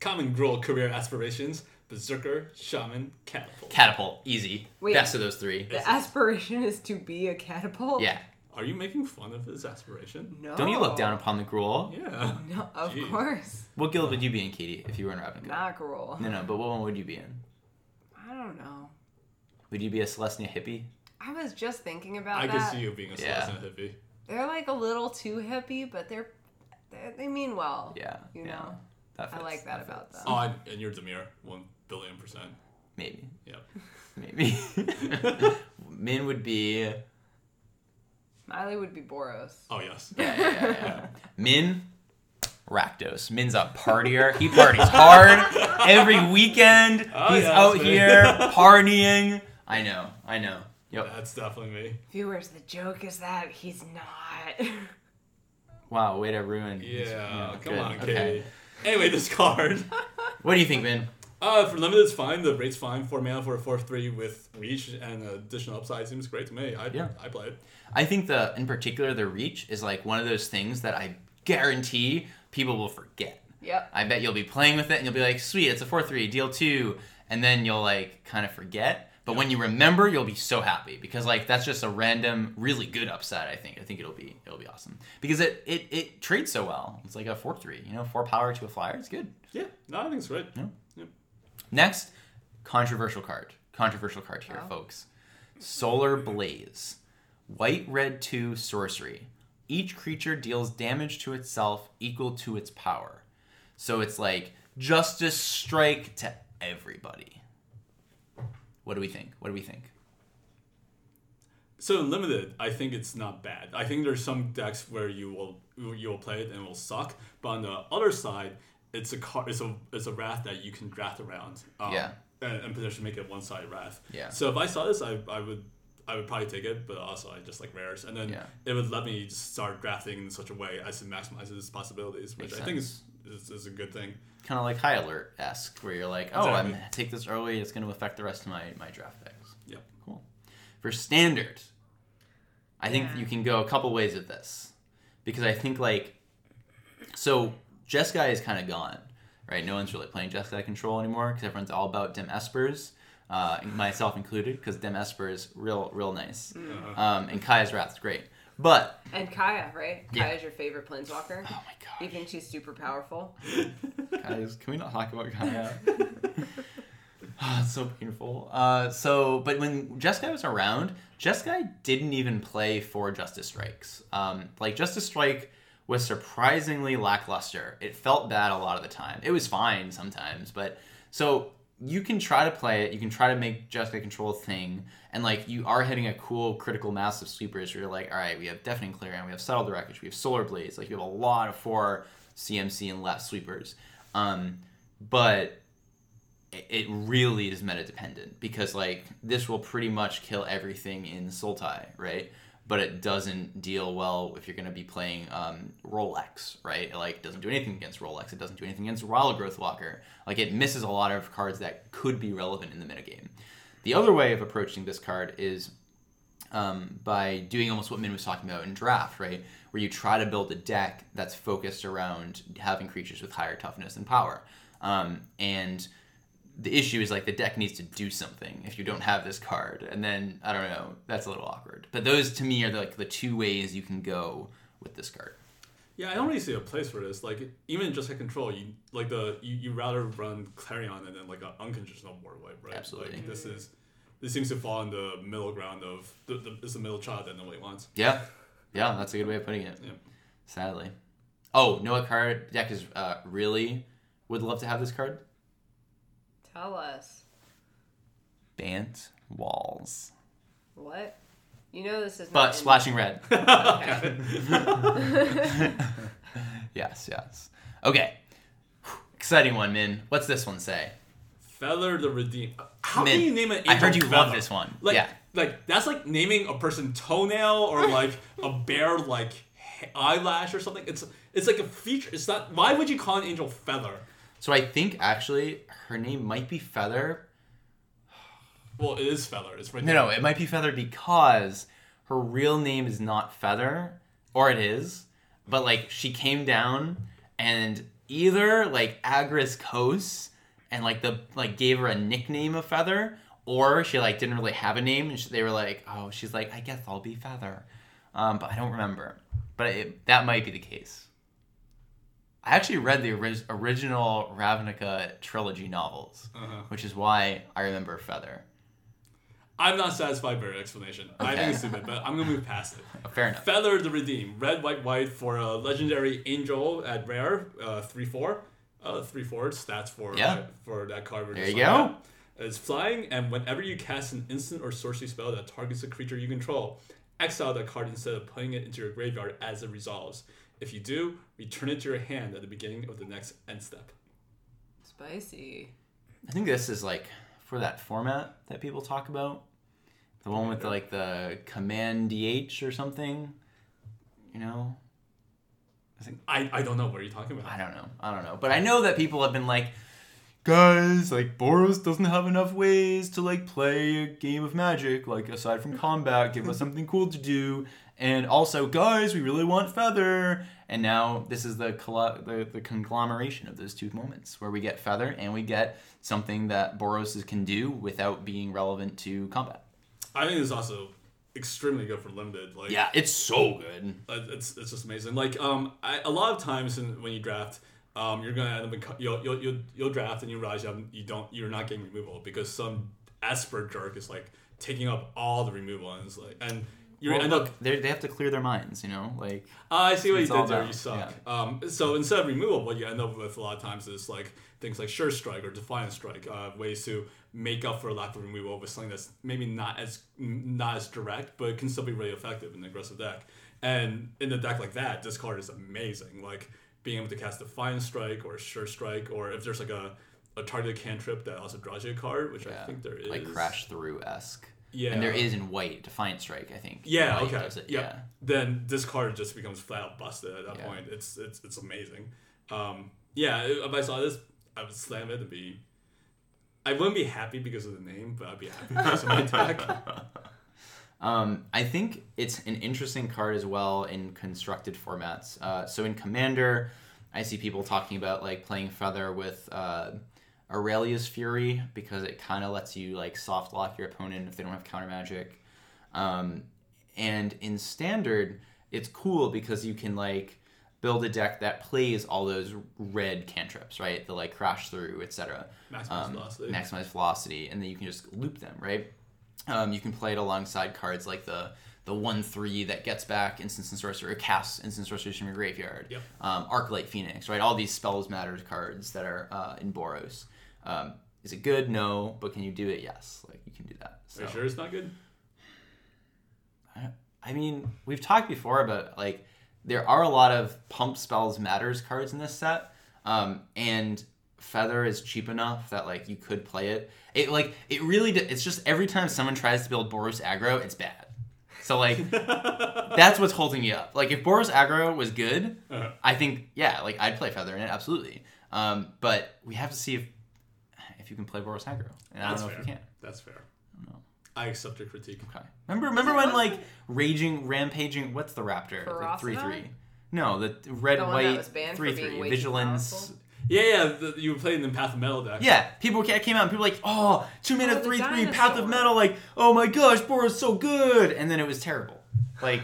Common girl career aspirations: berserker, shaman, catapult. Catapult, easy. Wait. Best of those three. The aspiration is to be a catapult. Yeah. Are you making fun of his aspiration? No. Don't you look down upon the gruel. Yeah. No, of Jeez. course. What guild would you be in, Katie, if you were in Robin Hood? Not gruel. No, no, but what one would you be in? I don't know. Would you be a Celestia hippie? I was just thinking about I that. could see you being a Yeah. Celestia hippie. They're like a little too hippie, but they're, they're they mean well. Yeah. You yeah. know, That I fits, like that about fits. them. Oh, and, and you're Demir, one billion percent. Maybe. Yep. Maybe. Min would be. Yeah, Miley would be Boros. Oh yes. yeah, yeah, yeah. Min. Rakdos. Min's a partier. He parties hard every weekend. Oh, He's yeah, out that's me. here partying. I know. I know. Yep. That's definitely me. Viewers, the joke is that he's not. Wow. Way to ruin. Yeah. his- come good, on, Katie. Anyway, this card. What do you think, Min? Uh, for limited, it's fine. The rate's fine. Four mana for a four three with reach and additional upside seems great to me. I Yeah. I play it. I think the in particular the reach is like one of those things that I guarantee people will forget. yep. I bet you'll be playing with it and you'll be like, sweet, it's a 4 3, deal 2. And then you'll like kind of forget. But when you remember, you'll be so happy because like that's just a random, really good upside. I think. I think it'll be it'll be awesome because it it it trades so well. It's like a four three, you know, four power to a flyer. It's good. Yeah. No, I think it's great. Yeah. Next, controversial card. Controversial card here, Oh. folks. Solar Blaze. White red 2 sorcery. Each creature deals damage to itself equal to its power. So it's like justice strike to everybody. What do we think? What do we think? So in limited, I think it's not bad. I think there's some decks where you will you will play it and it will suck. But on the other side, it's a card. It's a it's a wrath that you can draft around. Um, Yeah. And, and potentially make it one sided wrath. Yeah. So if I saw this, I, I would I would probably take it. But also I just like rares, and then Yeah. it would let me just start drafting in such a way as to maximize its possibilities, which Makes I think is, is is a good thing. Kind of like High Alert esque, where you're like, oh, I'm Exactly. gonna take this early. It's going to affect the rest of my my draft picks. Yep. Cool. For standard, I think Yeah. you can go a couple ways with this because I think like so Jeskai is kind of gone, right? No one's really playing Jeskai control anymore because everyone's all about Dem Espers, uh, myself included, because Dem Esper is real real nice, Mm. Uh-huh. um, and Kaya's Wrath's great, but And Kaya, right? Yeah. Kaya's your favorite planeswalker. oh my You god, think she's super powerful? Kaya's, can we not talk about Kaya? Ah, it's so painful. Uh, so, but when Jeskai was around, Jeskai didn't even play for Justice Strikes. Um, like Justice Strike was surprisingly lackluster. It felt bad a lot of the time. It was fine sometimes, but so you can try to play it. You can try to make Jeskai control a thing, and like you are hitting a cool critical mass of sweepers. Where you're like, all right, we have Deafening Clearing, we have Settle the Wreckage, we have Solar Blaze. Like you have a lot of four CMC and left sweepers. Um, but it- it really is meta dependent because like this will pretty much kill everything in Sultai, right? But it doesn't deal well if you're going to be playing um, Rolex, right? It, like it doesn't do anything against Rolex. It doesn't do anything against Rala Growth Walker. Like it misses a lot of cards that could be relevant in the metagame. The other way of approaching this card is um, by doing almost what Min was talking about in draft, right? Where you try to build a deck that's focused around having creatures with higher toughness and power. Um, and the issue is like the deck needs to do something if you don't have this card. And then, I don't know, that's a little awkward. But those to me are like the two ways you can go with this card. Yeah, I don't really see a place for this. Like even just at control, you like the you, you rather run Clarion and then like an unconditional board wipe, right? Absolutely. Like, this is this seems to fall in the middle ground of the, the it's the middle child that nobody wants. Yeah. Yeah, that's a good way of putting it. Yeah. Sadly. Oh, Noah card deck is uh, really would love to have this card. Tell us. Bant Walls. What? You know this is But not. splashing red. Okay. yes, yes. Okay. Exciting one, Min. What's this one say? Feather the redeem. How Min, can you name an? I heard angel you love Feather? this one. Like Yeah. like that's like naming a person toenail or like a bear like ha- eyelash or something. It's it's like a feature. It's not. Why would you call an angel feather? So I think actually her name might be Feather, Well, it is feather. It's right No, no, it might be Feather because her real name is not Feather, or it is, but like she came down and either like Agris Kos and like the like gave her a nickname of Feather, or she like didn't really have a name and she, they were like, oh, she's like, I guess I'll be Feather, um, but I don't remember. But it, that might be the case. I actually read the orig- original Ravnica trilogy novels, Uh-huh. which is why I remember Feather. I'm not satisfied by your explanation. I think it's stupid, but I'm gonna move past it. Fair enough. Feather the Redeem, red, white, white for a legendary angel at rare, uh, three four, uh, three four stats for Yeah. that, for that card. we we're There just you talking go. about. It's flying, and whenever you cast an instant or sorcery spell that targets a creature you control, exile that card instead of putting it into your graveyard as it resolves. If you do, return it to your hand at the beginning of the next end step. Spicy. I think this is like for that format that people talk about, the one with like the command DH or something. You know, I, I don't know what you're talking about. I don't know, I don't know, but I know that people have been like, guys, like Boros doesn't have enough ways to like play a game of Magic. Like aside from combat, give us something cool to do, and also, guys, we really want Feather. And now this is the collo- the, the conglomeration of those two moments where we get Feather and we get something that Boros can do without being relevant to combat. I think it's also extremely good for limited. Like Yeah, it's so good. Uh, it's, it's just amazing. Like um, I, a lot of times in, when you draft, um, you're gonna end up in, co- you'll, you'll, you'll, you'll draft and you realize you, haven't- you don't you're not getting removal because some Esper jerk is like taking up all the removal and it's like and you Well, end up. look, they they have to clear their minds, you know, like Oh, I see what you it's all did there. about- You suck. Um, so instead of removal, what you end up with a lot of times is like things like Sure Strike or Defiant Strike, uh, ways to make up for a lack of removal with something that's maybe not as not as direct, but it can still be really effective in an aggressive deck. And in a deck like that, this card is amazing. Like being able to cast Defiant Strike or Sure Strike, or if there's like a a targeted cantrip that also draws you a card, which I think there is. like crash through esque. Yeah. and there is in white Defiant Strike, I think. Yeah. White okay. does it, yeah. Yeah. Then this card just becomes flat out busted at that Yeah. point. It's it's it's amazing. Um, yeah. If I saw this, I would slam it and be. I wouldn't be happy because of the name, but I'd be happy because of my attack. Um, I think it's an interesting card as well in constructed formats. Uh, so in Commander, I see people talking about like playing Feather with uh, Aurelia's Fury because it kind of lets you like soft lock your opponent if they don't have counter magic. Um, and in Standard, it's cool because you can like build a deck that plays all those red cantrips, right? The like crash through, etc Maximum velocity. maximize velocity, and then you can just loop them, right? Um, you can play it alongside cards like the the one three that gets back instance and sorcery, or casts instance sorcery from your graveyard. Yep. Um, Arclight Phoenix, right? All these spells matters cards that are uh, in Boros. Um, is it good? No, but can you do it? Yes, like you can do that. Are So, you sure it's not good? I mean, we've talked before about like there are a lot of pump spells matters cards in this set, um, and Feather is cheap enough that like you could play it. It like it really d- it's just every time someone tries to build Boros aggro, it's bad. So like that's what's holding you up. Like if Boros aggro was good, Uh-huh. I think yeah, like I'd play Feather in it absolutely. Um, but we have to see if if you can play Boros aggro, and I don't That's know fair. if you can. That's fair. know. I accept your critique. Okay. Remember, remember it when one- like raging, rampaging? What's the raptor? Ferocity? Three three. No, the th- red The one that white was banned for three being three way too vigilance. powerful? Yeah, yeah. The, you were playing the Path of Metal deck. Yeah, people ca- came out and people were like, oh, two Oh, mana the three three path dinosaur. of metal. Like, oh my gosh, Boros so good, and then it was terrible. Like,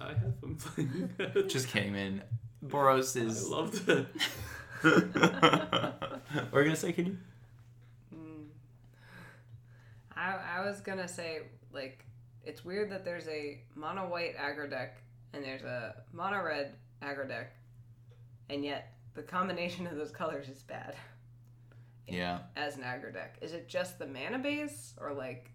I have been playing. it. just kidding, man. Boros I is. loved it. what were you gonna say, Katie? I, I was gonna say like it's weird that there's a mono white aggro deck and there's a mono red aggro deck, and yet the combination of those colors is bad Yeah. as an aggro deck. Is it just the mana base or like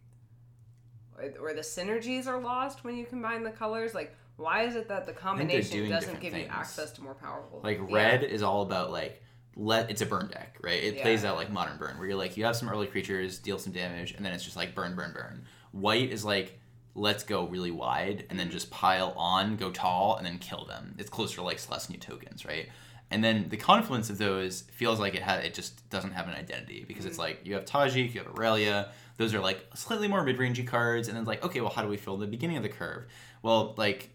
or, or the synergies are lost when you combine the colors? Like why is it that the combination doing doesn't different give you things. access to more powerful Like Yeah. red is all about like let it's a burn deck, right? It plays Yeah. out like modern burn, where you're like you have some early creatures, deal some damage, and then it's just like burn, burn, burn. White is like let's go really wide and then Mm-hmm. just pile on, go tall, and then kill them. It's closer to like Celestia tokens, right? And then the confluence of those feels like it ha it just doesn't have an identity because Mm-hmm. it's like you have Tajik, you have Aurelia. Those are like slightly more mid rangey cards, and then it's like okay, well, how do we fill the beginning of the curve? Well, like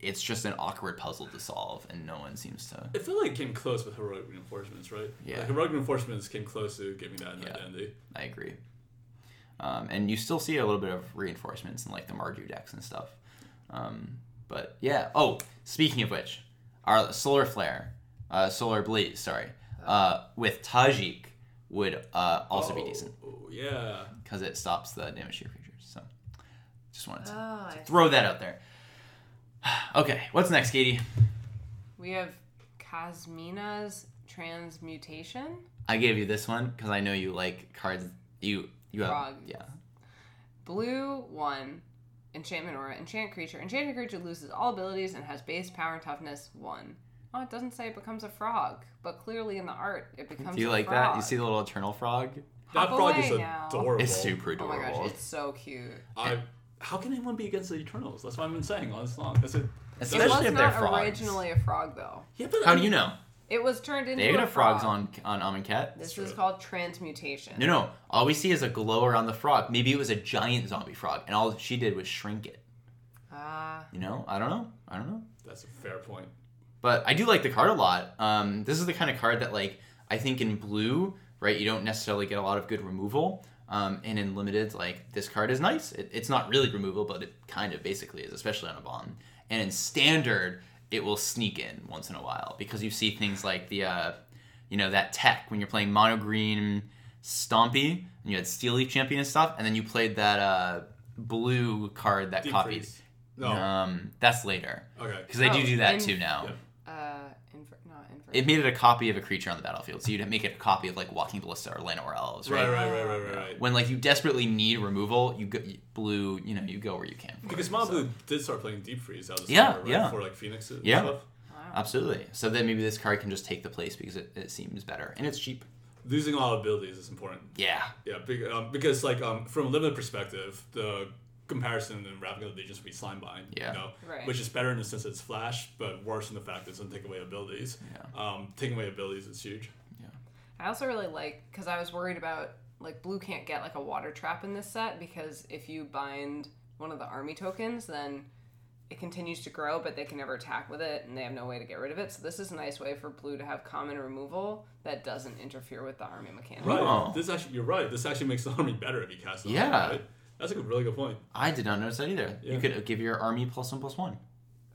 it's just an awkward puzzle to solve, and no one seems to. I feel like it came close with heroic reinforcements, right? Yeah. Like, heroic reinforcements came close to giving that an Yeah. identity. I agree. Um, and you still see a little bit of reinforcements in like the Mardu decks and stuff. Um, but yeah. Oh, speaking of which, our solar flare, uh, solar blaze, sorry, uh, with Tajik would uh, also be Oh, decent Yeah. because it stops the damage to your creatures. So just wanted to Oh, I see. throw that out there. okay, what's next, Katie? we have Cosmina's transmutation. I gave you this one because I know you like cards. You you have Frog. yeah. Blue one, enchantment aura, enchant creature. Enchanted creature loses all abilities and has base power and toughness one. Oh, it doesn't say it becomes a frog, but clearly in the art it becomes. Do a you like frog. that? You see the little eternal frog? That Hop frog is away now. adorable. It's super Oh adorable. my gosh, it's so cute. I, how can anyone be against the Eternals? That's what I've been saying all this long. That's it. It Especially was if they're not frogs. originally a frog though. Yeah, but How do you know? It was turned into They a have frog. frogs on on Amonkhet. This That's is true. called transmutation. No, no. All we see is a glow around the frog. Maybe it was a giant zombie frog, and all she did was shrink it. Ah, You know, I don't know. I don't know. That's a fair point. But I do like the card a lot. Um, this is the kind of card that, like, I think in blue, right, you don't necessarily get a lot of good removal. Um, and in limited, like, this card is nice. It, it's not really removal, but it kind of basically is, especially on a bomb. And in standard, it will sneak in once in a while because you see things like the, uh, you know, that tech when you're playing mono green Stompy and you had Steely Champion and stuff, and then you played that uh, blue card that Deep copied. freeze. No. Um, that's later Okay. because they Oh, do do that and- too now. Oh. Yeah. uh, inver- not inver- It made it a copy of a creature on the battlefield, so you'd make it a copy of like Walking Ballista or Lana or Elves, right? Right, right, right, right, right, right. When like you desperately need removal, you go you- blue, you know, you go where you can. for Because it, Mob so- Blue did start playing Deep Freeze out of the Yeah, summer, right? yeah. For like Phoenix and Yeah. stuff. Wow. Absolutely. So then maybe this card can just take the place because it, it seems better and it's cheap. Losing all abilities is important. Yeah. Yeah, big, um, because like um, from a limited perspective, the comparison in Wrapping Up Legions would be Slime Bind, Yeah. you know, Right. which is better in the sense it's Flash, but worse in the fact it doesn't take away abilities. Yeah. Um, taking away abilities is huge. I also really like because I was worried about like blue can't get like a water trap in this set because if you bind one of the army tokens, then it continues to grow, but they can never attack with it, and they have no way to get rid of it. So this is a nice way for blue to have common removal that doesn't interfere with the army mechanic. Right. Oh. This actually, you're right. This actually makes the army better if you cast. it on, Yeah. Right? That's a good, really good point. I did not notice that either. You Yeah. could give your army plus one plus one.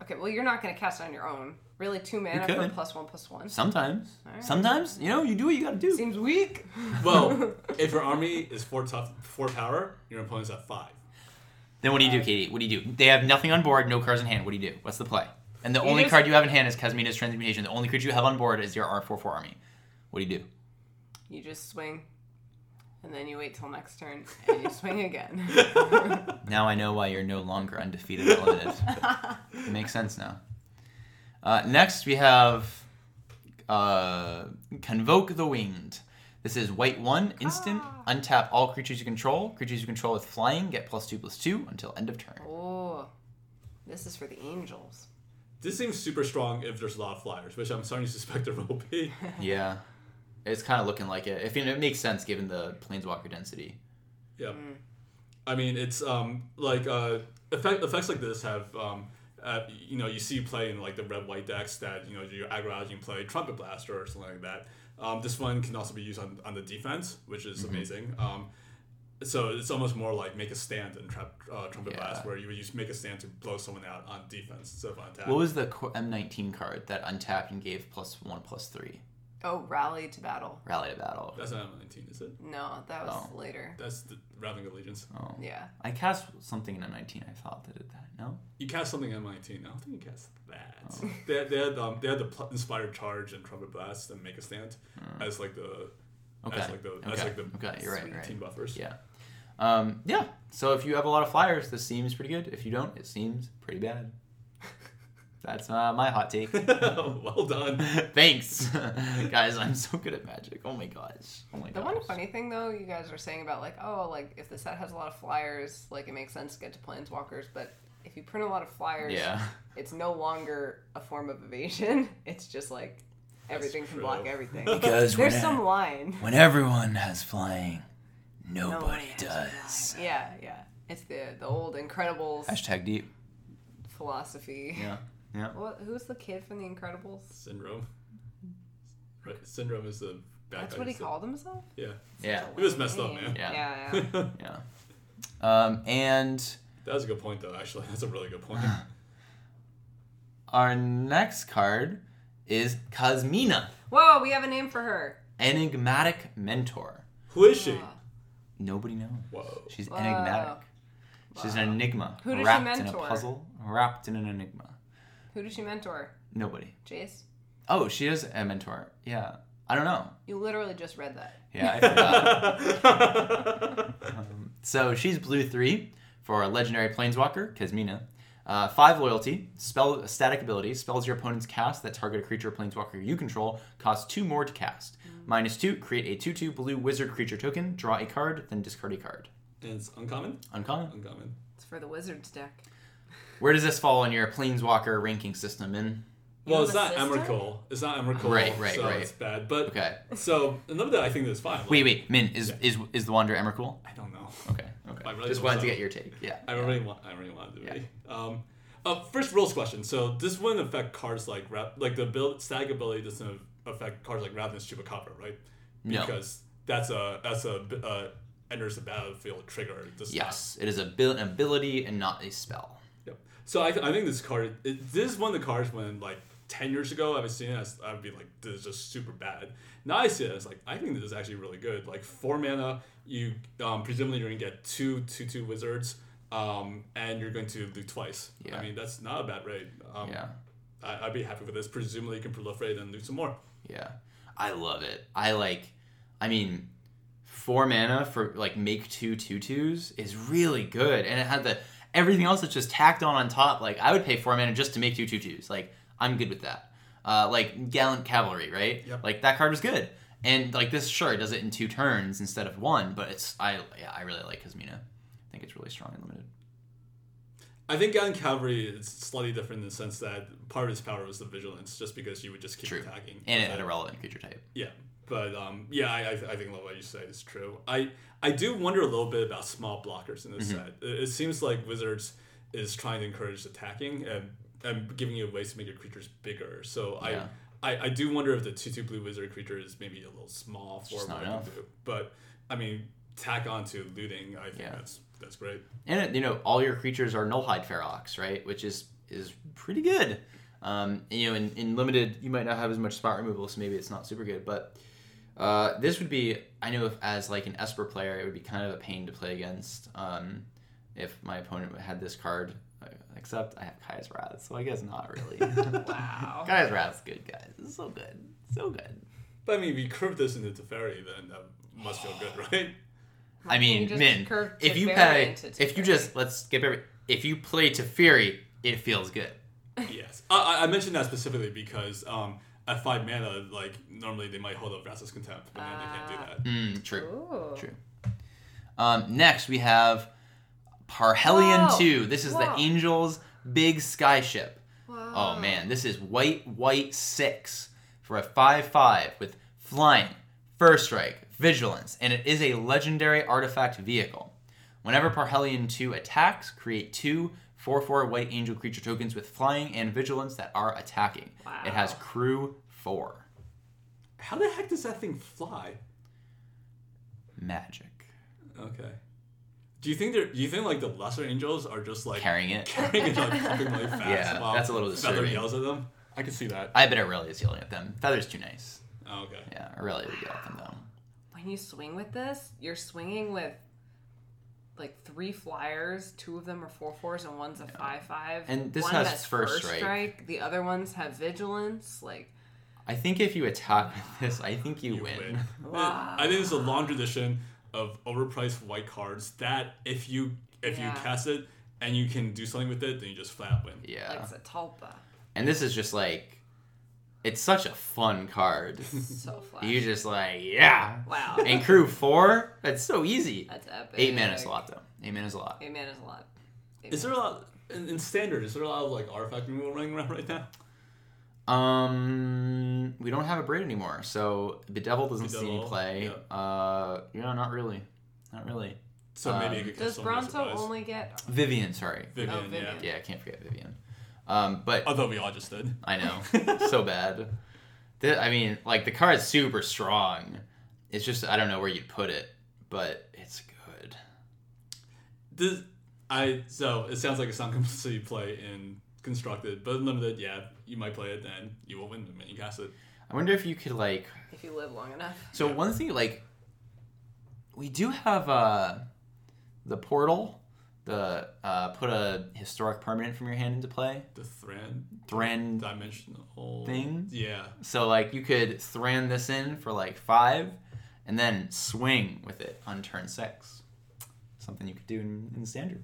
Okay, well you're not going to cast it on your own. Really, two mana for could. plus one plus one Sometimes. Alright. Sometimes, you know, you do what you gotta do. seems weak. Well, if your army is four tough, four power, your opponent's at five. Then what do you uh, do, Katie? What do you do? They have nothing on board, no cards in hand. What do you do? What's the play? And the You only just- card you have in hand is Casmina's Transmutation. The only creature you have on board is your R44 army. What do you do? You just swing, and then you wait till next turn, and you swing again. Now I know why you're no longer undefeated at limited. it makes sense now. Uh, next, we have uh, Convoke the Winged. This is white one, instant, untap all creatures you control. Creatures you control with flying get plus two plus two until end of turn. oh, this is for the angels. This seems super strong if there's a lot of flyers, which I'm starting to suspect there will be. Yeah, it's kind of looking like it. I mean, it makes sense given the planeswalker density. Yeah. I mean, it's um like uh effect, effects like this have um uh, you know you see play in like the red white decks that you know your aggro you can play trumpet blaster or something like that. Um, this one can also be used on, on the defense, which is Mm-hmm. amazing. Um, so it's almost more like make a stand and trap uh, trumpet Yeah. blast, where you would use make a stand to blow someone out on defense instead of on attack. What was the co- M19 card that untapped and gave plus one plus three? Oh, rally to battle. Rally to battle. That's not M19, is it? No, that was later. That's the Ravening Allegiance. Oh. Yeah. I cast something in M19. I thought that did that. No. You cast something at 19. I don't think you cast that. Oh. They, had- they had um, they had the pl- inspired charge and trumpet blast and make a stand as like the Hmm. Okay. as like the okay. as like the okay. You're right. You're right. team buffers. Yeah. Um, yeah. So if you have a lot of flyers, this seems pretty good. If you don't, it seems pretty bad. That's uh, my hot take. well done. Thanks, guys. I'm so good at magic. Oh my gosh. Oh my The gosh. one funny thing though, you guys are saying about like, oh, like if the set has a lot of flyers, like it makes sense to get to planeswalkers, but if you print a lot of flyers, Yeah. it's no longer a form of evasion. It's just like everything can true. block everything. Because e-, There's some line. When everyone has flying, No one nobody has does. flying. Yeah, yeah. It's the the old Incredibles Hashtag deep. philosophy. Yeah. Yeah. What, who's the kid from The Incredibles? Syndrome. Right. Syndrome is the bad That's guy what he who's the- called himself? Yeah. Yeah. Such a It was lame messed up, name. man. Yeah. Yeah, yeah. that Yeah. Um, and was a good point, though. Actually, that's a really good point. our next card is Cosmina, Whoa, we have a name for her. enigmatic mentor. Who is she? Ah. Nobody knows. Whoa. She's Whoa. enigmatic. She's an enigma Who does she wrapped in a mentor? puzzle, wrapped in an enigma. Who does she mentor? Nobody. Chase? Oh, she is a mentor. Yeah. I don't know. You literally just read that. Yeah, I forgot. So she's blue three for legendary planeswalker, Kazmina. Uh, five loyalty, spell static ability, spells your opponent's cast that target a creature or planeswalker you control, cost two more to cast. Mm. Minus two, create a two two blue wizard creature token, draw a card, then discard a card. and it's uncommon. Uncommon. Uncommon. It's for the Wizards deck. Where does this fall in your planeswalker ranking system in? You Well, have it's a not sister? Emrakul. It's not Emrakul. Right, right, so right. It's bad. But Okay. so another that I think that's fine. Like, Wait, wait, Min, is is is the Wanderer Emrakul? I don't know. Okay. I Okay. really Just hope wanted to so. get your take. Yeah. I really want. I really wanted to Yeah. be. Um, uh, first rules question. So this wouldn't affect cards like rap, like the build static ability doesn't affect cards like Ravenous Chupacabra, right? No. Because that's a that's a uh, enters the battlefield trigger. It does not- Yes, it is a abil- an ability and not a spell. Yep. So I, I think this card, it, this is one of the cards when like 10 years ago I was seeing it, as- I'd be like, this is just super bad. Now I see it as like, I think this is actually really good. Like four mana, you um, presumably you're going to get two, two, two wizards, um, and you're going to loot twice. Yeah. I mean, that's not a bad rate. Um, Yeah. I, I'd be happy with this. Presumably you can proliferate and loot some more. Yeah. I love it. I like I mean four mana for like make two two twos is really good. And it had the everything else that's just tacked on on top. Like I would pay four mana just to make two two twos. Like I'm good with that. Uh, like gallant cavalry, right? Yep. Like that card was good. And like this sure it does it in two turns instead of one, but it's I yeah, I really like Kazmina. I think it's really strong and limited. I think on Cavalry is slightly different in the sense that part of his power was the vigilance, just because you would just keep True. attacking. And it had a relevant creature type. Yeah, but um, yeah, I, I, I think what you say is true. I I do wonder a little bit about small blockers in this Mm-hmm. set. It, it seems like Wizards is trying to encourage attacking and and giving you ways to make your creatures bigger. So Yeah. I, I I do wonder if the two two blue wizard creature is maybe a little small for just what not it can enough. do. But I mean, tack on to looting. I think Yeah. that's that's great. and it, you know all your creatures are nullhide ferox right which is is pretty good um and, you know in, in limited you might not have as much spot removal so maybe it's not super good but uh this would be i know if as like an esper player it would be kind of a pain to play against um if my opponent had this card uh, except i have kai's wrath so i guess not really Wow. kai's wrath's good guys it's so good so good But I mean, if you curve this into Teferi, then that must feel good, right? I mean, just Min, curve if you Teferi play, into if you Teferi. just let's skip every, if you play Teferi, it feels good. Yes, I, I- I mentioned that specifically because um, at five mana, like normally they might hold up Rastus Contempt, but now they can't do that. Mm, true. Ooh. True. Um, next, we have Parhelion Whoa. 2. This is Whoa. the Angels' big sky ship. Wow. Oh, man. This is white, white 6 for a 5 5 with flying, first strike, vigilance, and it is a legendary artifact vehicle. Whenever Parhelion 2 attacks, create two 4 4 white angel creature tokens with flying and vigilance that are attacking. It has Wow. crew 4. How the heck does that thing fly? Magic. Okay. Do you think they're? Do you think like the lesser angels are just like Carrying it. carrying it like fucking really fast? Yeah, while that's a little Feather disturbing. Ah. yells at them. I can see that. I bet Aurelia's yelling at them. Feather's too nice. Oh, okay. Yeah, Aurelia would yell at them though. When you swing with this, you're swinging with like three flyers. Two of them are four fours, and one's a five five. And this One has first strike. The other ones have vigilance. Like I think if you attack with this, I think you, You win. win. I think it's a long tradition of overpriced white cards that if you if Yeah. you cast it and you can do something with it, then you just flat out win. Yeah. like Zatalpa. and this is just like, it's such a fun card. So flash. you just like, yeah. Wow. And crew four, that's so easy. That's epic. Eight mana is a lot though. Eight mana is a lot. Eight mana is a lot. Eight Is there a lot in, in standard? Is there a lot of like artifact removal running around right now? Um, we don't have a braid anymore, so Bedevil doesn't see any Bedevil, play. yeah. Uh, yeah, not really, not really. So maybe Um, it could catch Does someone by Bronto surprise. only get Vivian, sorry. Vivian, Oh, Vivian. yeah. Yeah, I can't forget Vivian. Um, but Although we all just did. I know, so bad. The- I mean, like the card is super strong. It's just I don't know where you'd put it, but it's good. This, I so it sounds like a song completely play in constructed, but limited. Yeah, you might play it then you will win the mini cast it. I wonder if you could like if you live long enough. So Yeah. one thing, like, we do have uh, the portal, the uh, put a historic permanent from your hand into play, The thread Thran. dimensional Thing? Yeah, So like you could Thran this in for like five, and then swing with it on turn six. Something you could do in, in standard.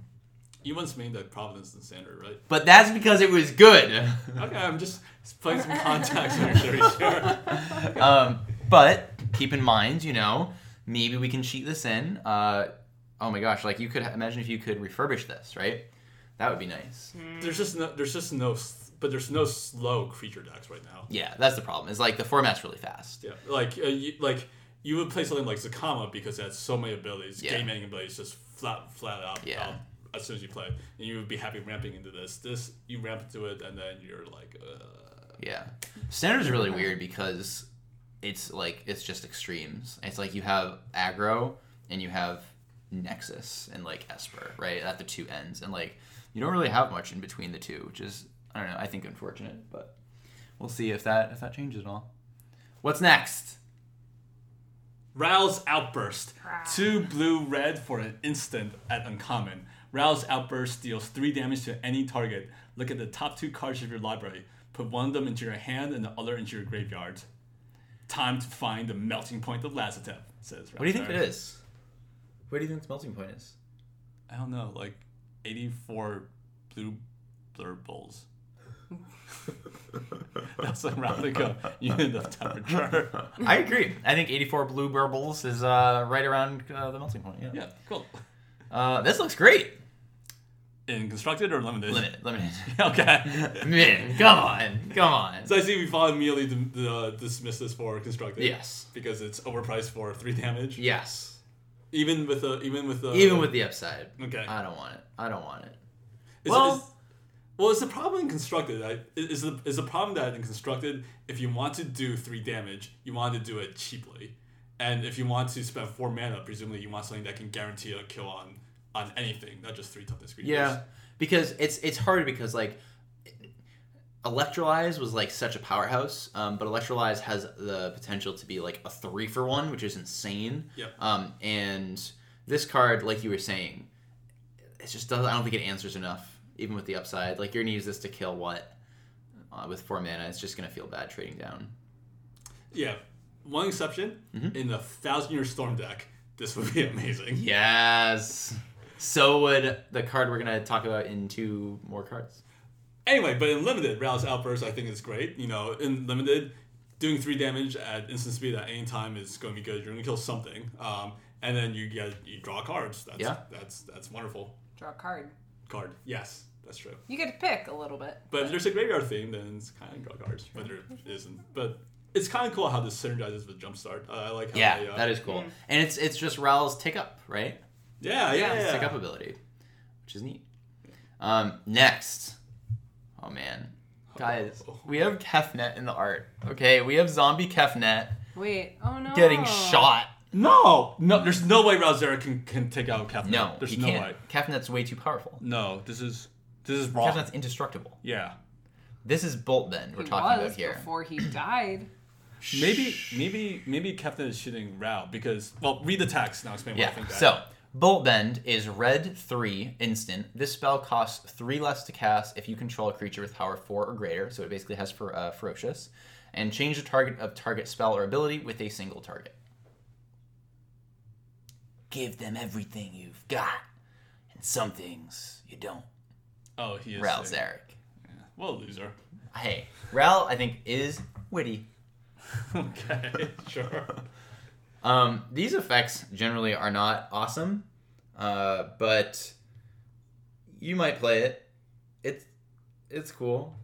you once made that Providence and Standard, right? But that's because it was good. Okay, I'm just playing some contacts here. Sure, sure. um, but keep in mind, you know, maybe we can cheat this in. Uh, oh my gosh! Like you could imagine if you could refurbish this, right? That would be nice. There's just no, there's just no, s- but there's no slow creature decks right now. Yeah, that's the problem. Is like the format's really fast. Yeah, like uh, you, like you would play something like Zakama because it has so many abilities, Yeah. game ending abilities, just flat flat out. Yeah. out as soon as you play, it. and you would be happy ramping into this. This you ramp into it, and then you're like, uh, Yeah, standard's really weird because it's like it's just extremes. It's like you have aggro and you have Nexus and like Esper, right? At the two ends, and like you don't really have much in between the two, which is I don't know. I think unfortunate, but we'll see if that if that changes at all. What's next? Rouse Outburst, two blue red for an instant at uncommon. Rouse Outburst deals three damage to any target. Look at the top two cards of your library. Put one of them into your hand and the other into your graveyard. Time to find the melting point of Lazatep, says What do you think it is? Where do you think the melting point is? I don't know, like 84 blue blur bowls. That's a replica unit of temperature. I agree. I think 84 blue burbles is uh, right around uh, the melting point. Yeah. Yeah, cool. Uh, this looks great. In constructed or limited? Limited, limited. Okay. Man, come on, come on. So I see we follow immediately dim- the, uh, dismiss this for constructed. Yes. Because it's overpriced for three damage. Yes. Even with the even with the Even with the upside. Oh. okay. I don't want it. I don't want it. Is- Well- is- well, it's the problem in constructed. I, is the is the problem that in constructed, if you want to do three damage, you want to do it cheaply, and if you want to spend four mana, presumably you want something that can guarantee a kill on on anything, not just three toughness creatures. Yeah. Because it's it's hard because like Electrolyze was like such a powerhouse, um, but Electrolyze has the potential to be like a three for one, which is insane. Yep. Um, and this card, like you were saying, it just doesn't. I don't think it answers enough, even with the upside. Like you're gonna use this to kill what uh, with four mana? It's just gonna feel bad trading down. Yeah. One exception Mm-hmm. in the thousand year storm deck, this would be amazing. Yes. So would the card we're gonna talk about in two more cards. Anyway, but in limited, Rouse Outburst I think is great. You know, in limited, doing three damage at instant speed at any time is going to be good. You're going to kill something, um, and then you get you draw cards. That's, Yeah. that's that's wonderful. Draw a card. Card, yes, that's true. You get to pick a little bit. But if there's a graveyard theme, then it's kind of draw cards. But there isn't. But it's kind of cool how this synergizes with Jumpstart. Uh, I like how Yeah, they, uh, that is cool. And it's it's just Raul's tick up, right? yeah, yeah, Yeah, yeah. Tick up ability, which is neat. Um, next, oh man, guys, we have Kefnet in the art. Okay, we have zombie Kefnet Wait. Oh no. getting shot. No, no, there's no way Rousera can can take out Kefnet. No, there's he no can't. way. Kefnet's way too powerful. No, this is this is wrong. Kefnet's indestructible. Yeah. This is Bolt. Then we're He talking was about here. before he died. Maybe, maybe, maybe Captain is shooting Rao because well, read the text now. Explain what I Yeah. think. That. So Bolt Bend is red three instant. This spell costs three less to cast if you control a creature with power four or greater. So it basically has for uh, ferocious, and change the target of target spell or ability with a single target. Give them everything you've got, and some things you don't. oh, he is Ral's saying- Eric. Well, loser. Hey, Ral, I think is witty. okay, sure. Um, these effects generally are not awesome, uh, but you might play it. It's it's cool.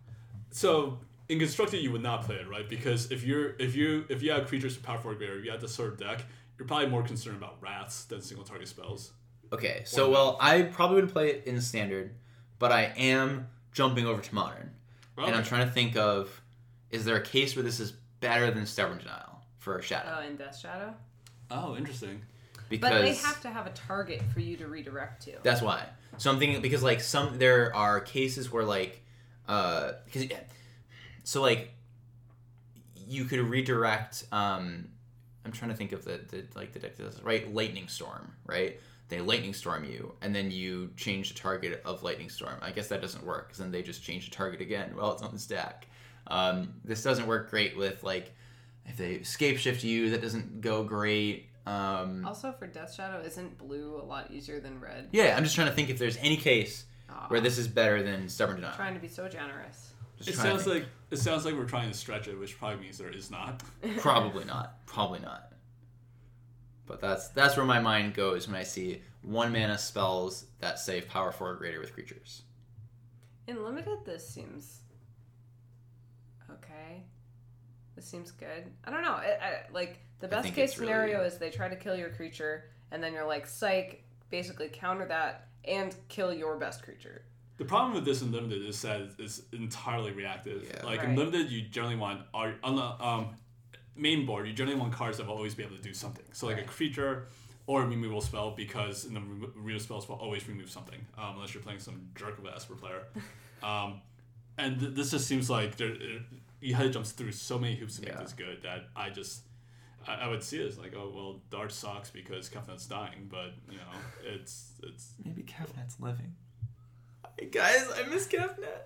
So in constructed, you would not play it right because if you're if you if you have creatures with power four or greater, you have this sort of deck. You're probably more concerned about wraths than single target spells. Okay, so well, I probably would play it in standard, but I am jumping over to modern. And I'm Okay. trying to think of is there a case where this is better than stubborn denial for shadow? Oh, in Death Shadow. Oh, interesting. Because But they have to have a target for you to redirect to. That's why. So I'm thinking because like some there are cases where like uh because so like you could redirect um I'm trying to think of the, the like the deck that does it, right lightning storm right they lightning storm you and then you change the target of lightning storm I guess that doesn't work because then they just change the target again well it's on the stack um, this doesn't work great with like if they escape shift you that doesn't go great um, Also, for Death Shadow, isn't blue a lot easier than red? yeah, I'm just trying to think if there's any case Aw, where this is better than stubborn denial. Ah, trying to be so generous. Just It trying to sounds think. like it sounds like we're trying to stretch it, which probably means there is not. probably not, probably not. But that's that's where my mind goes when I see one mana spells that save power four or greater with creatures. In limited, this seems okay. This seems good. I don't know. I, I, like the I best think case it's really- scenario is they try to kill your creature, and then you're like, "Psych!" Basically, counter that and kill your best creature. The problem with this in limited is that it's entirely reactive. Yeah. Like Right. in limited, you generally want are on the um, main board. You generally want cards that will always be able to do something. So like a Right. creature or a removal spell, because in the remo- removal spells will always remove something, um, unless you're playing some jerk of an Esper player. Um, and th- this just seems like there, it, you had to jump through so many hoops to Yeah. make this good that I just. I I would see it as like, oh well, Dart sucks because Kefnet's dying, but you know, it's it's Maybe Kefnet's living. Guys, I miss Kefnet.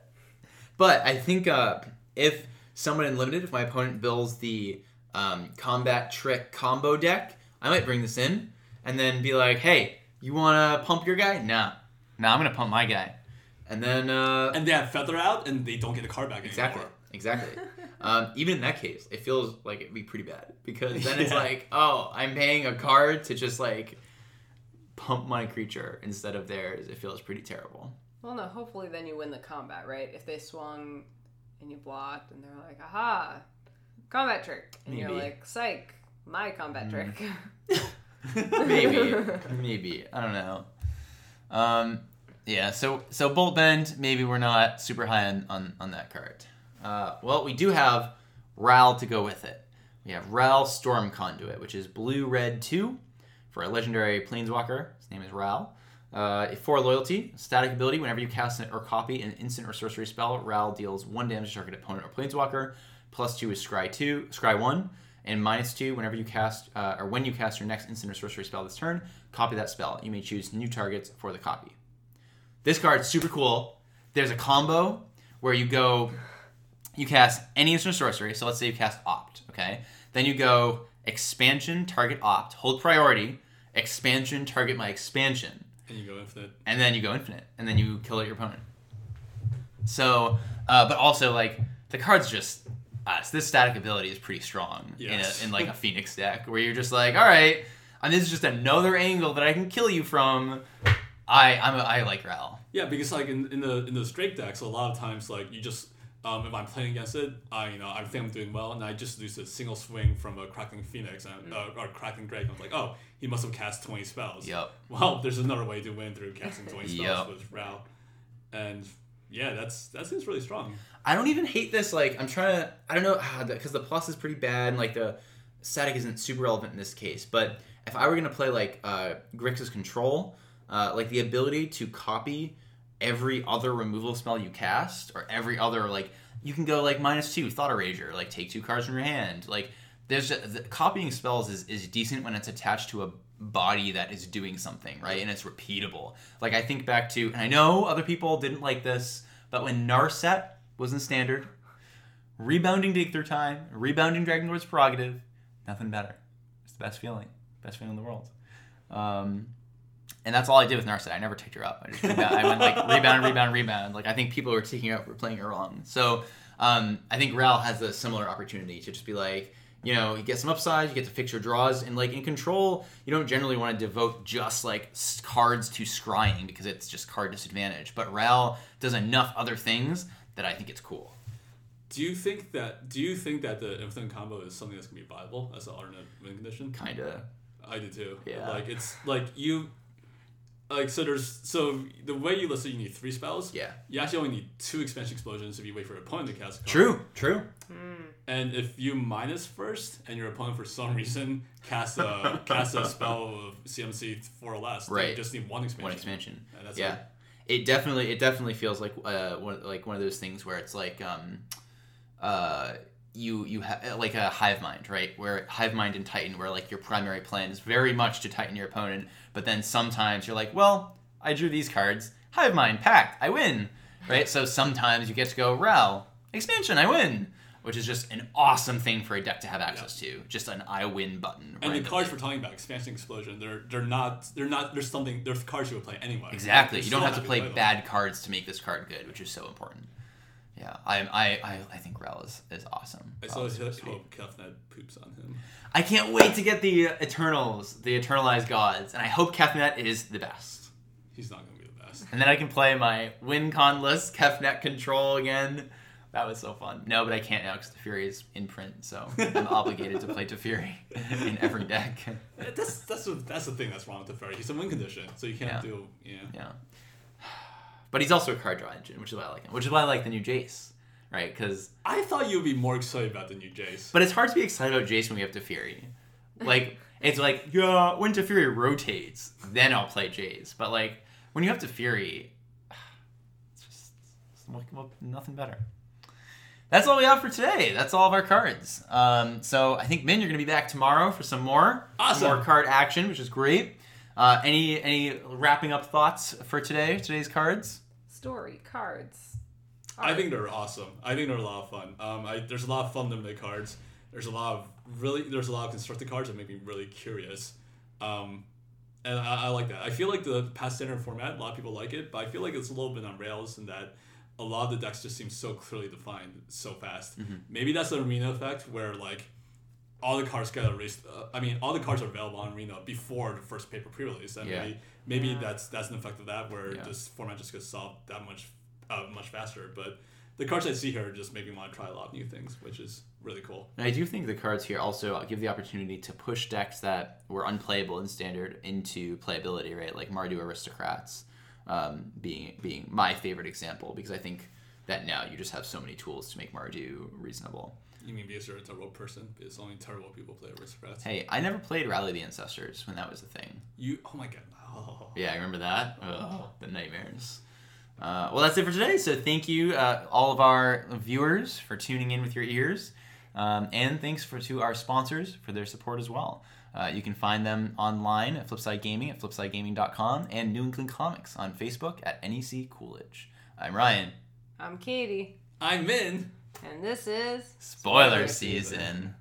But I think uh, if someone in limited, if my opponent builds the um, combat trick combo deck, I might bring this in and then be like, "Hey, you want to pump your guy? Nah, nah, I'm gonna pump my guy." And then uh, and they have feather out and they don't get a card back exactly, anymore. exactly. um, even in that case, it feels like it'd be pretty bad because then it's Yeah. like, "Oh, I'm paying a card to just like pump my creature instead of theirs." It feels pretty terrible. Well, no. Hopefully, then you win the combat, right? If they swung and you blocked, and they're like, "Aha, combat trick," and you're Maybe. like, "Psych, my combat Mm. trick." maybe maybe i don't know um yeah so so bolt bend maybe we're not super high on on, on that card uh well we do have ral to go with it we have ral storm conduit which is blue red 2 for a legendary planeswalker his name is ral uh, for loyalty, static ability. Whenever you cast an- or copy an instant or sorcery spell, Ral deals one damage to target opponent or planeswalker. Plus two is scry two, scry one, and minus two. Whenever you cast uh, or when you cast your next instant or sorcery spell this turn, copy that spell. You may choose new targets for the copy. This card's super cool. There's a combo where you go, you cast any instant or sorcery. So let's say you cast opt, okay? Then you go expansion, target opt, hold priority, expansion, target my expansion And you go infinite. and then you go infinite, and then you kill your opponent. So, uh, but also like the card's just us. This static ability is pretty strong Yes. in, a, in like a phoenix deck, where you're just like, all right, and this is just another angle that I can kill you from. I I'm a, I like Ral. Yeah, because like in, in the in the straight decks, a lot of times like you just um, if I'm playing against it, I you know I think I'm doing well, and I just lose a single swing from a crackling phoenix and, uh, or crackling drake. I'm like, oh, he must have cast twenty spells. Yep. Well, there's another way to win through casting twenty spells Yep. with Rao, and yeah, that's that seems really strong. I don't even hate this. Like I'm trying to. I don't know because the plus is pretty bad, and like the static isn't super relevant in this case. But if I were gonna play like uh, Grix's control, uh, like the ability to copy every other removal spell you cast, or every other like you can go like minus two thought erasure, like take two cards from your hand. Like there's just, the, copying spells is is decent when it's attached to a body that is doing something right and it's repeatable. Like I think back to, and I know other people didn't like this, but when Narset was in standard. Rebounding dig through time, rebounding Dragon Lord's prerogative, nothing better. It's the best feeling, best feeling in the world. Um, and that's all I did with Narset. I never ticked her up. I just rebound. I went like rebound, rebound, rebound. Like I think people who were ticking her up were playing her wrong. So um, I think Ral has a similar opportunity to just be like, you know, you get some upside, you get to fix your draws, and like in control, you don't generally want to devote just like s- cards to scrying because it's just card disadvantage. But Ral does enough other things that I think it's cool. Do you think that do you think that the infinite combo is something that's gonna be viable as an alternate win condition? Kinda. I do too. Yeah. Like it's like you like so there's so the way you list it, you need three spells. Yeah. You actually only need two expansion explosions if you wait for your opponent to cast a card. True, true. And if you minus first and your opponent for some reason casts a casts a spell of CMC four or less, then you Right. just need one expansion. One expansion. Yeah, that's yeah. it. It definitely it definitely feels like uh one like one of those things where it's like um uh you you have like a hive mind right where hive mind and titan where like your primary plan is very much to tighten your opponent but then sometimes you're like well I drew these cards hive mind packed I win right so sometimes you get to go rel expansion I win which is just an awesome thing for a deck to have access to just an I win button And the randomly. cards we're talking about, expansion explosion, they're they're not they're not there's something there's cards you would play anyway. Exactly. Like, You don't have there's to still play them. bad cards to make this card good, which is so important. Yeah, I I I, I think Rel is, is awesome. I still Rel is so just sweet. hope Kefnet poops on him. I can't wait to get the Eternals, the Eternalized Gods, and I hope Kefnet is the best. He's not gonna be the best. And then I can play my win con list, Kefnet control again. That was so fun. No, but I can't now because Teferi is in print, so I'm obligated to play Teferi in every deck. Eh, That's that's the that's the thing that's wrong with the fairy. He's in win condition, so you can't Yeah. do yeah. Yeah. But he's also a card draw engine, which is why I like him. Which is why I like the new Jace, right? Because I thought you'd be more excited about the new Jace. But it's hard to be excited about Jace when we have Teferi. Like, it's like, yeah, when Teferi rotates, then I'll play Jace. But, like, when you have Teferi, it's just it's like, well, nothing better. That's all we have for today. That's all of our cards. Um, so I think, Min, you're going to be back tomorrow for some more. Awesome. Some more card action, which is great. Uh, any any wrapping up thoughts for today, today's cards? Story cards. I think they're awesome. I think they're a lot of fun. Um, I, there's a lot of fun limited cards. There's a lot of really there's a lot of constructed cards that make me really curious. Um, and I, I like that. I feel like the past standard format, a lot of people like it, but I feel like it's a little bit on rails in that a lot of the decks just seem so clearly defined so fast. Mm-hmm. Maybe that's the arena effect where like all the cards get erased. Uh, I mean, all the cards are available on arena before the first paper pre-release, and Yeah. maybe, maybe that's that's an effect of that where Yeah. this format just gets solved that much uh, much faster. But the cards I see here just make me want to try a lot of new things, which is really cool. And I do think the cards here also give the opportunity to push decks that were unplayable in standard into playability, right? Like Mardu Aristocrats um, being being my favorite example because I think that now you just have so many tools to make Mardu reasonable. You mean because you're a terrible person? Because only terrible people play aristocrats. Hey, I never played Rally of the Ancestors when that was a thing. You oh my god. Oh. Yeah, I remember that. Ugh, the nightmares. Uh, well, that's it for today. So thank you, uh, all of our viewers, for tuning in with your ears, um, and thanks for to our sponsors for their support as well. Uh, you can find them online at Flipside Gaming at flipsidegaming.com and New England Comics on Facebook at NEC Coolidge. I'm Ryan. I'm Katie, I'm in. and this is Spoiler, Spoiler season. season.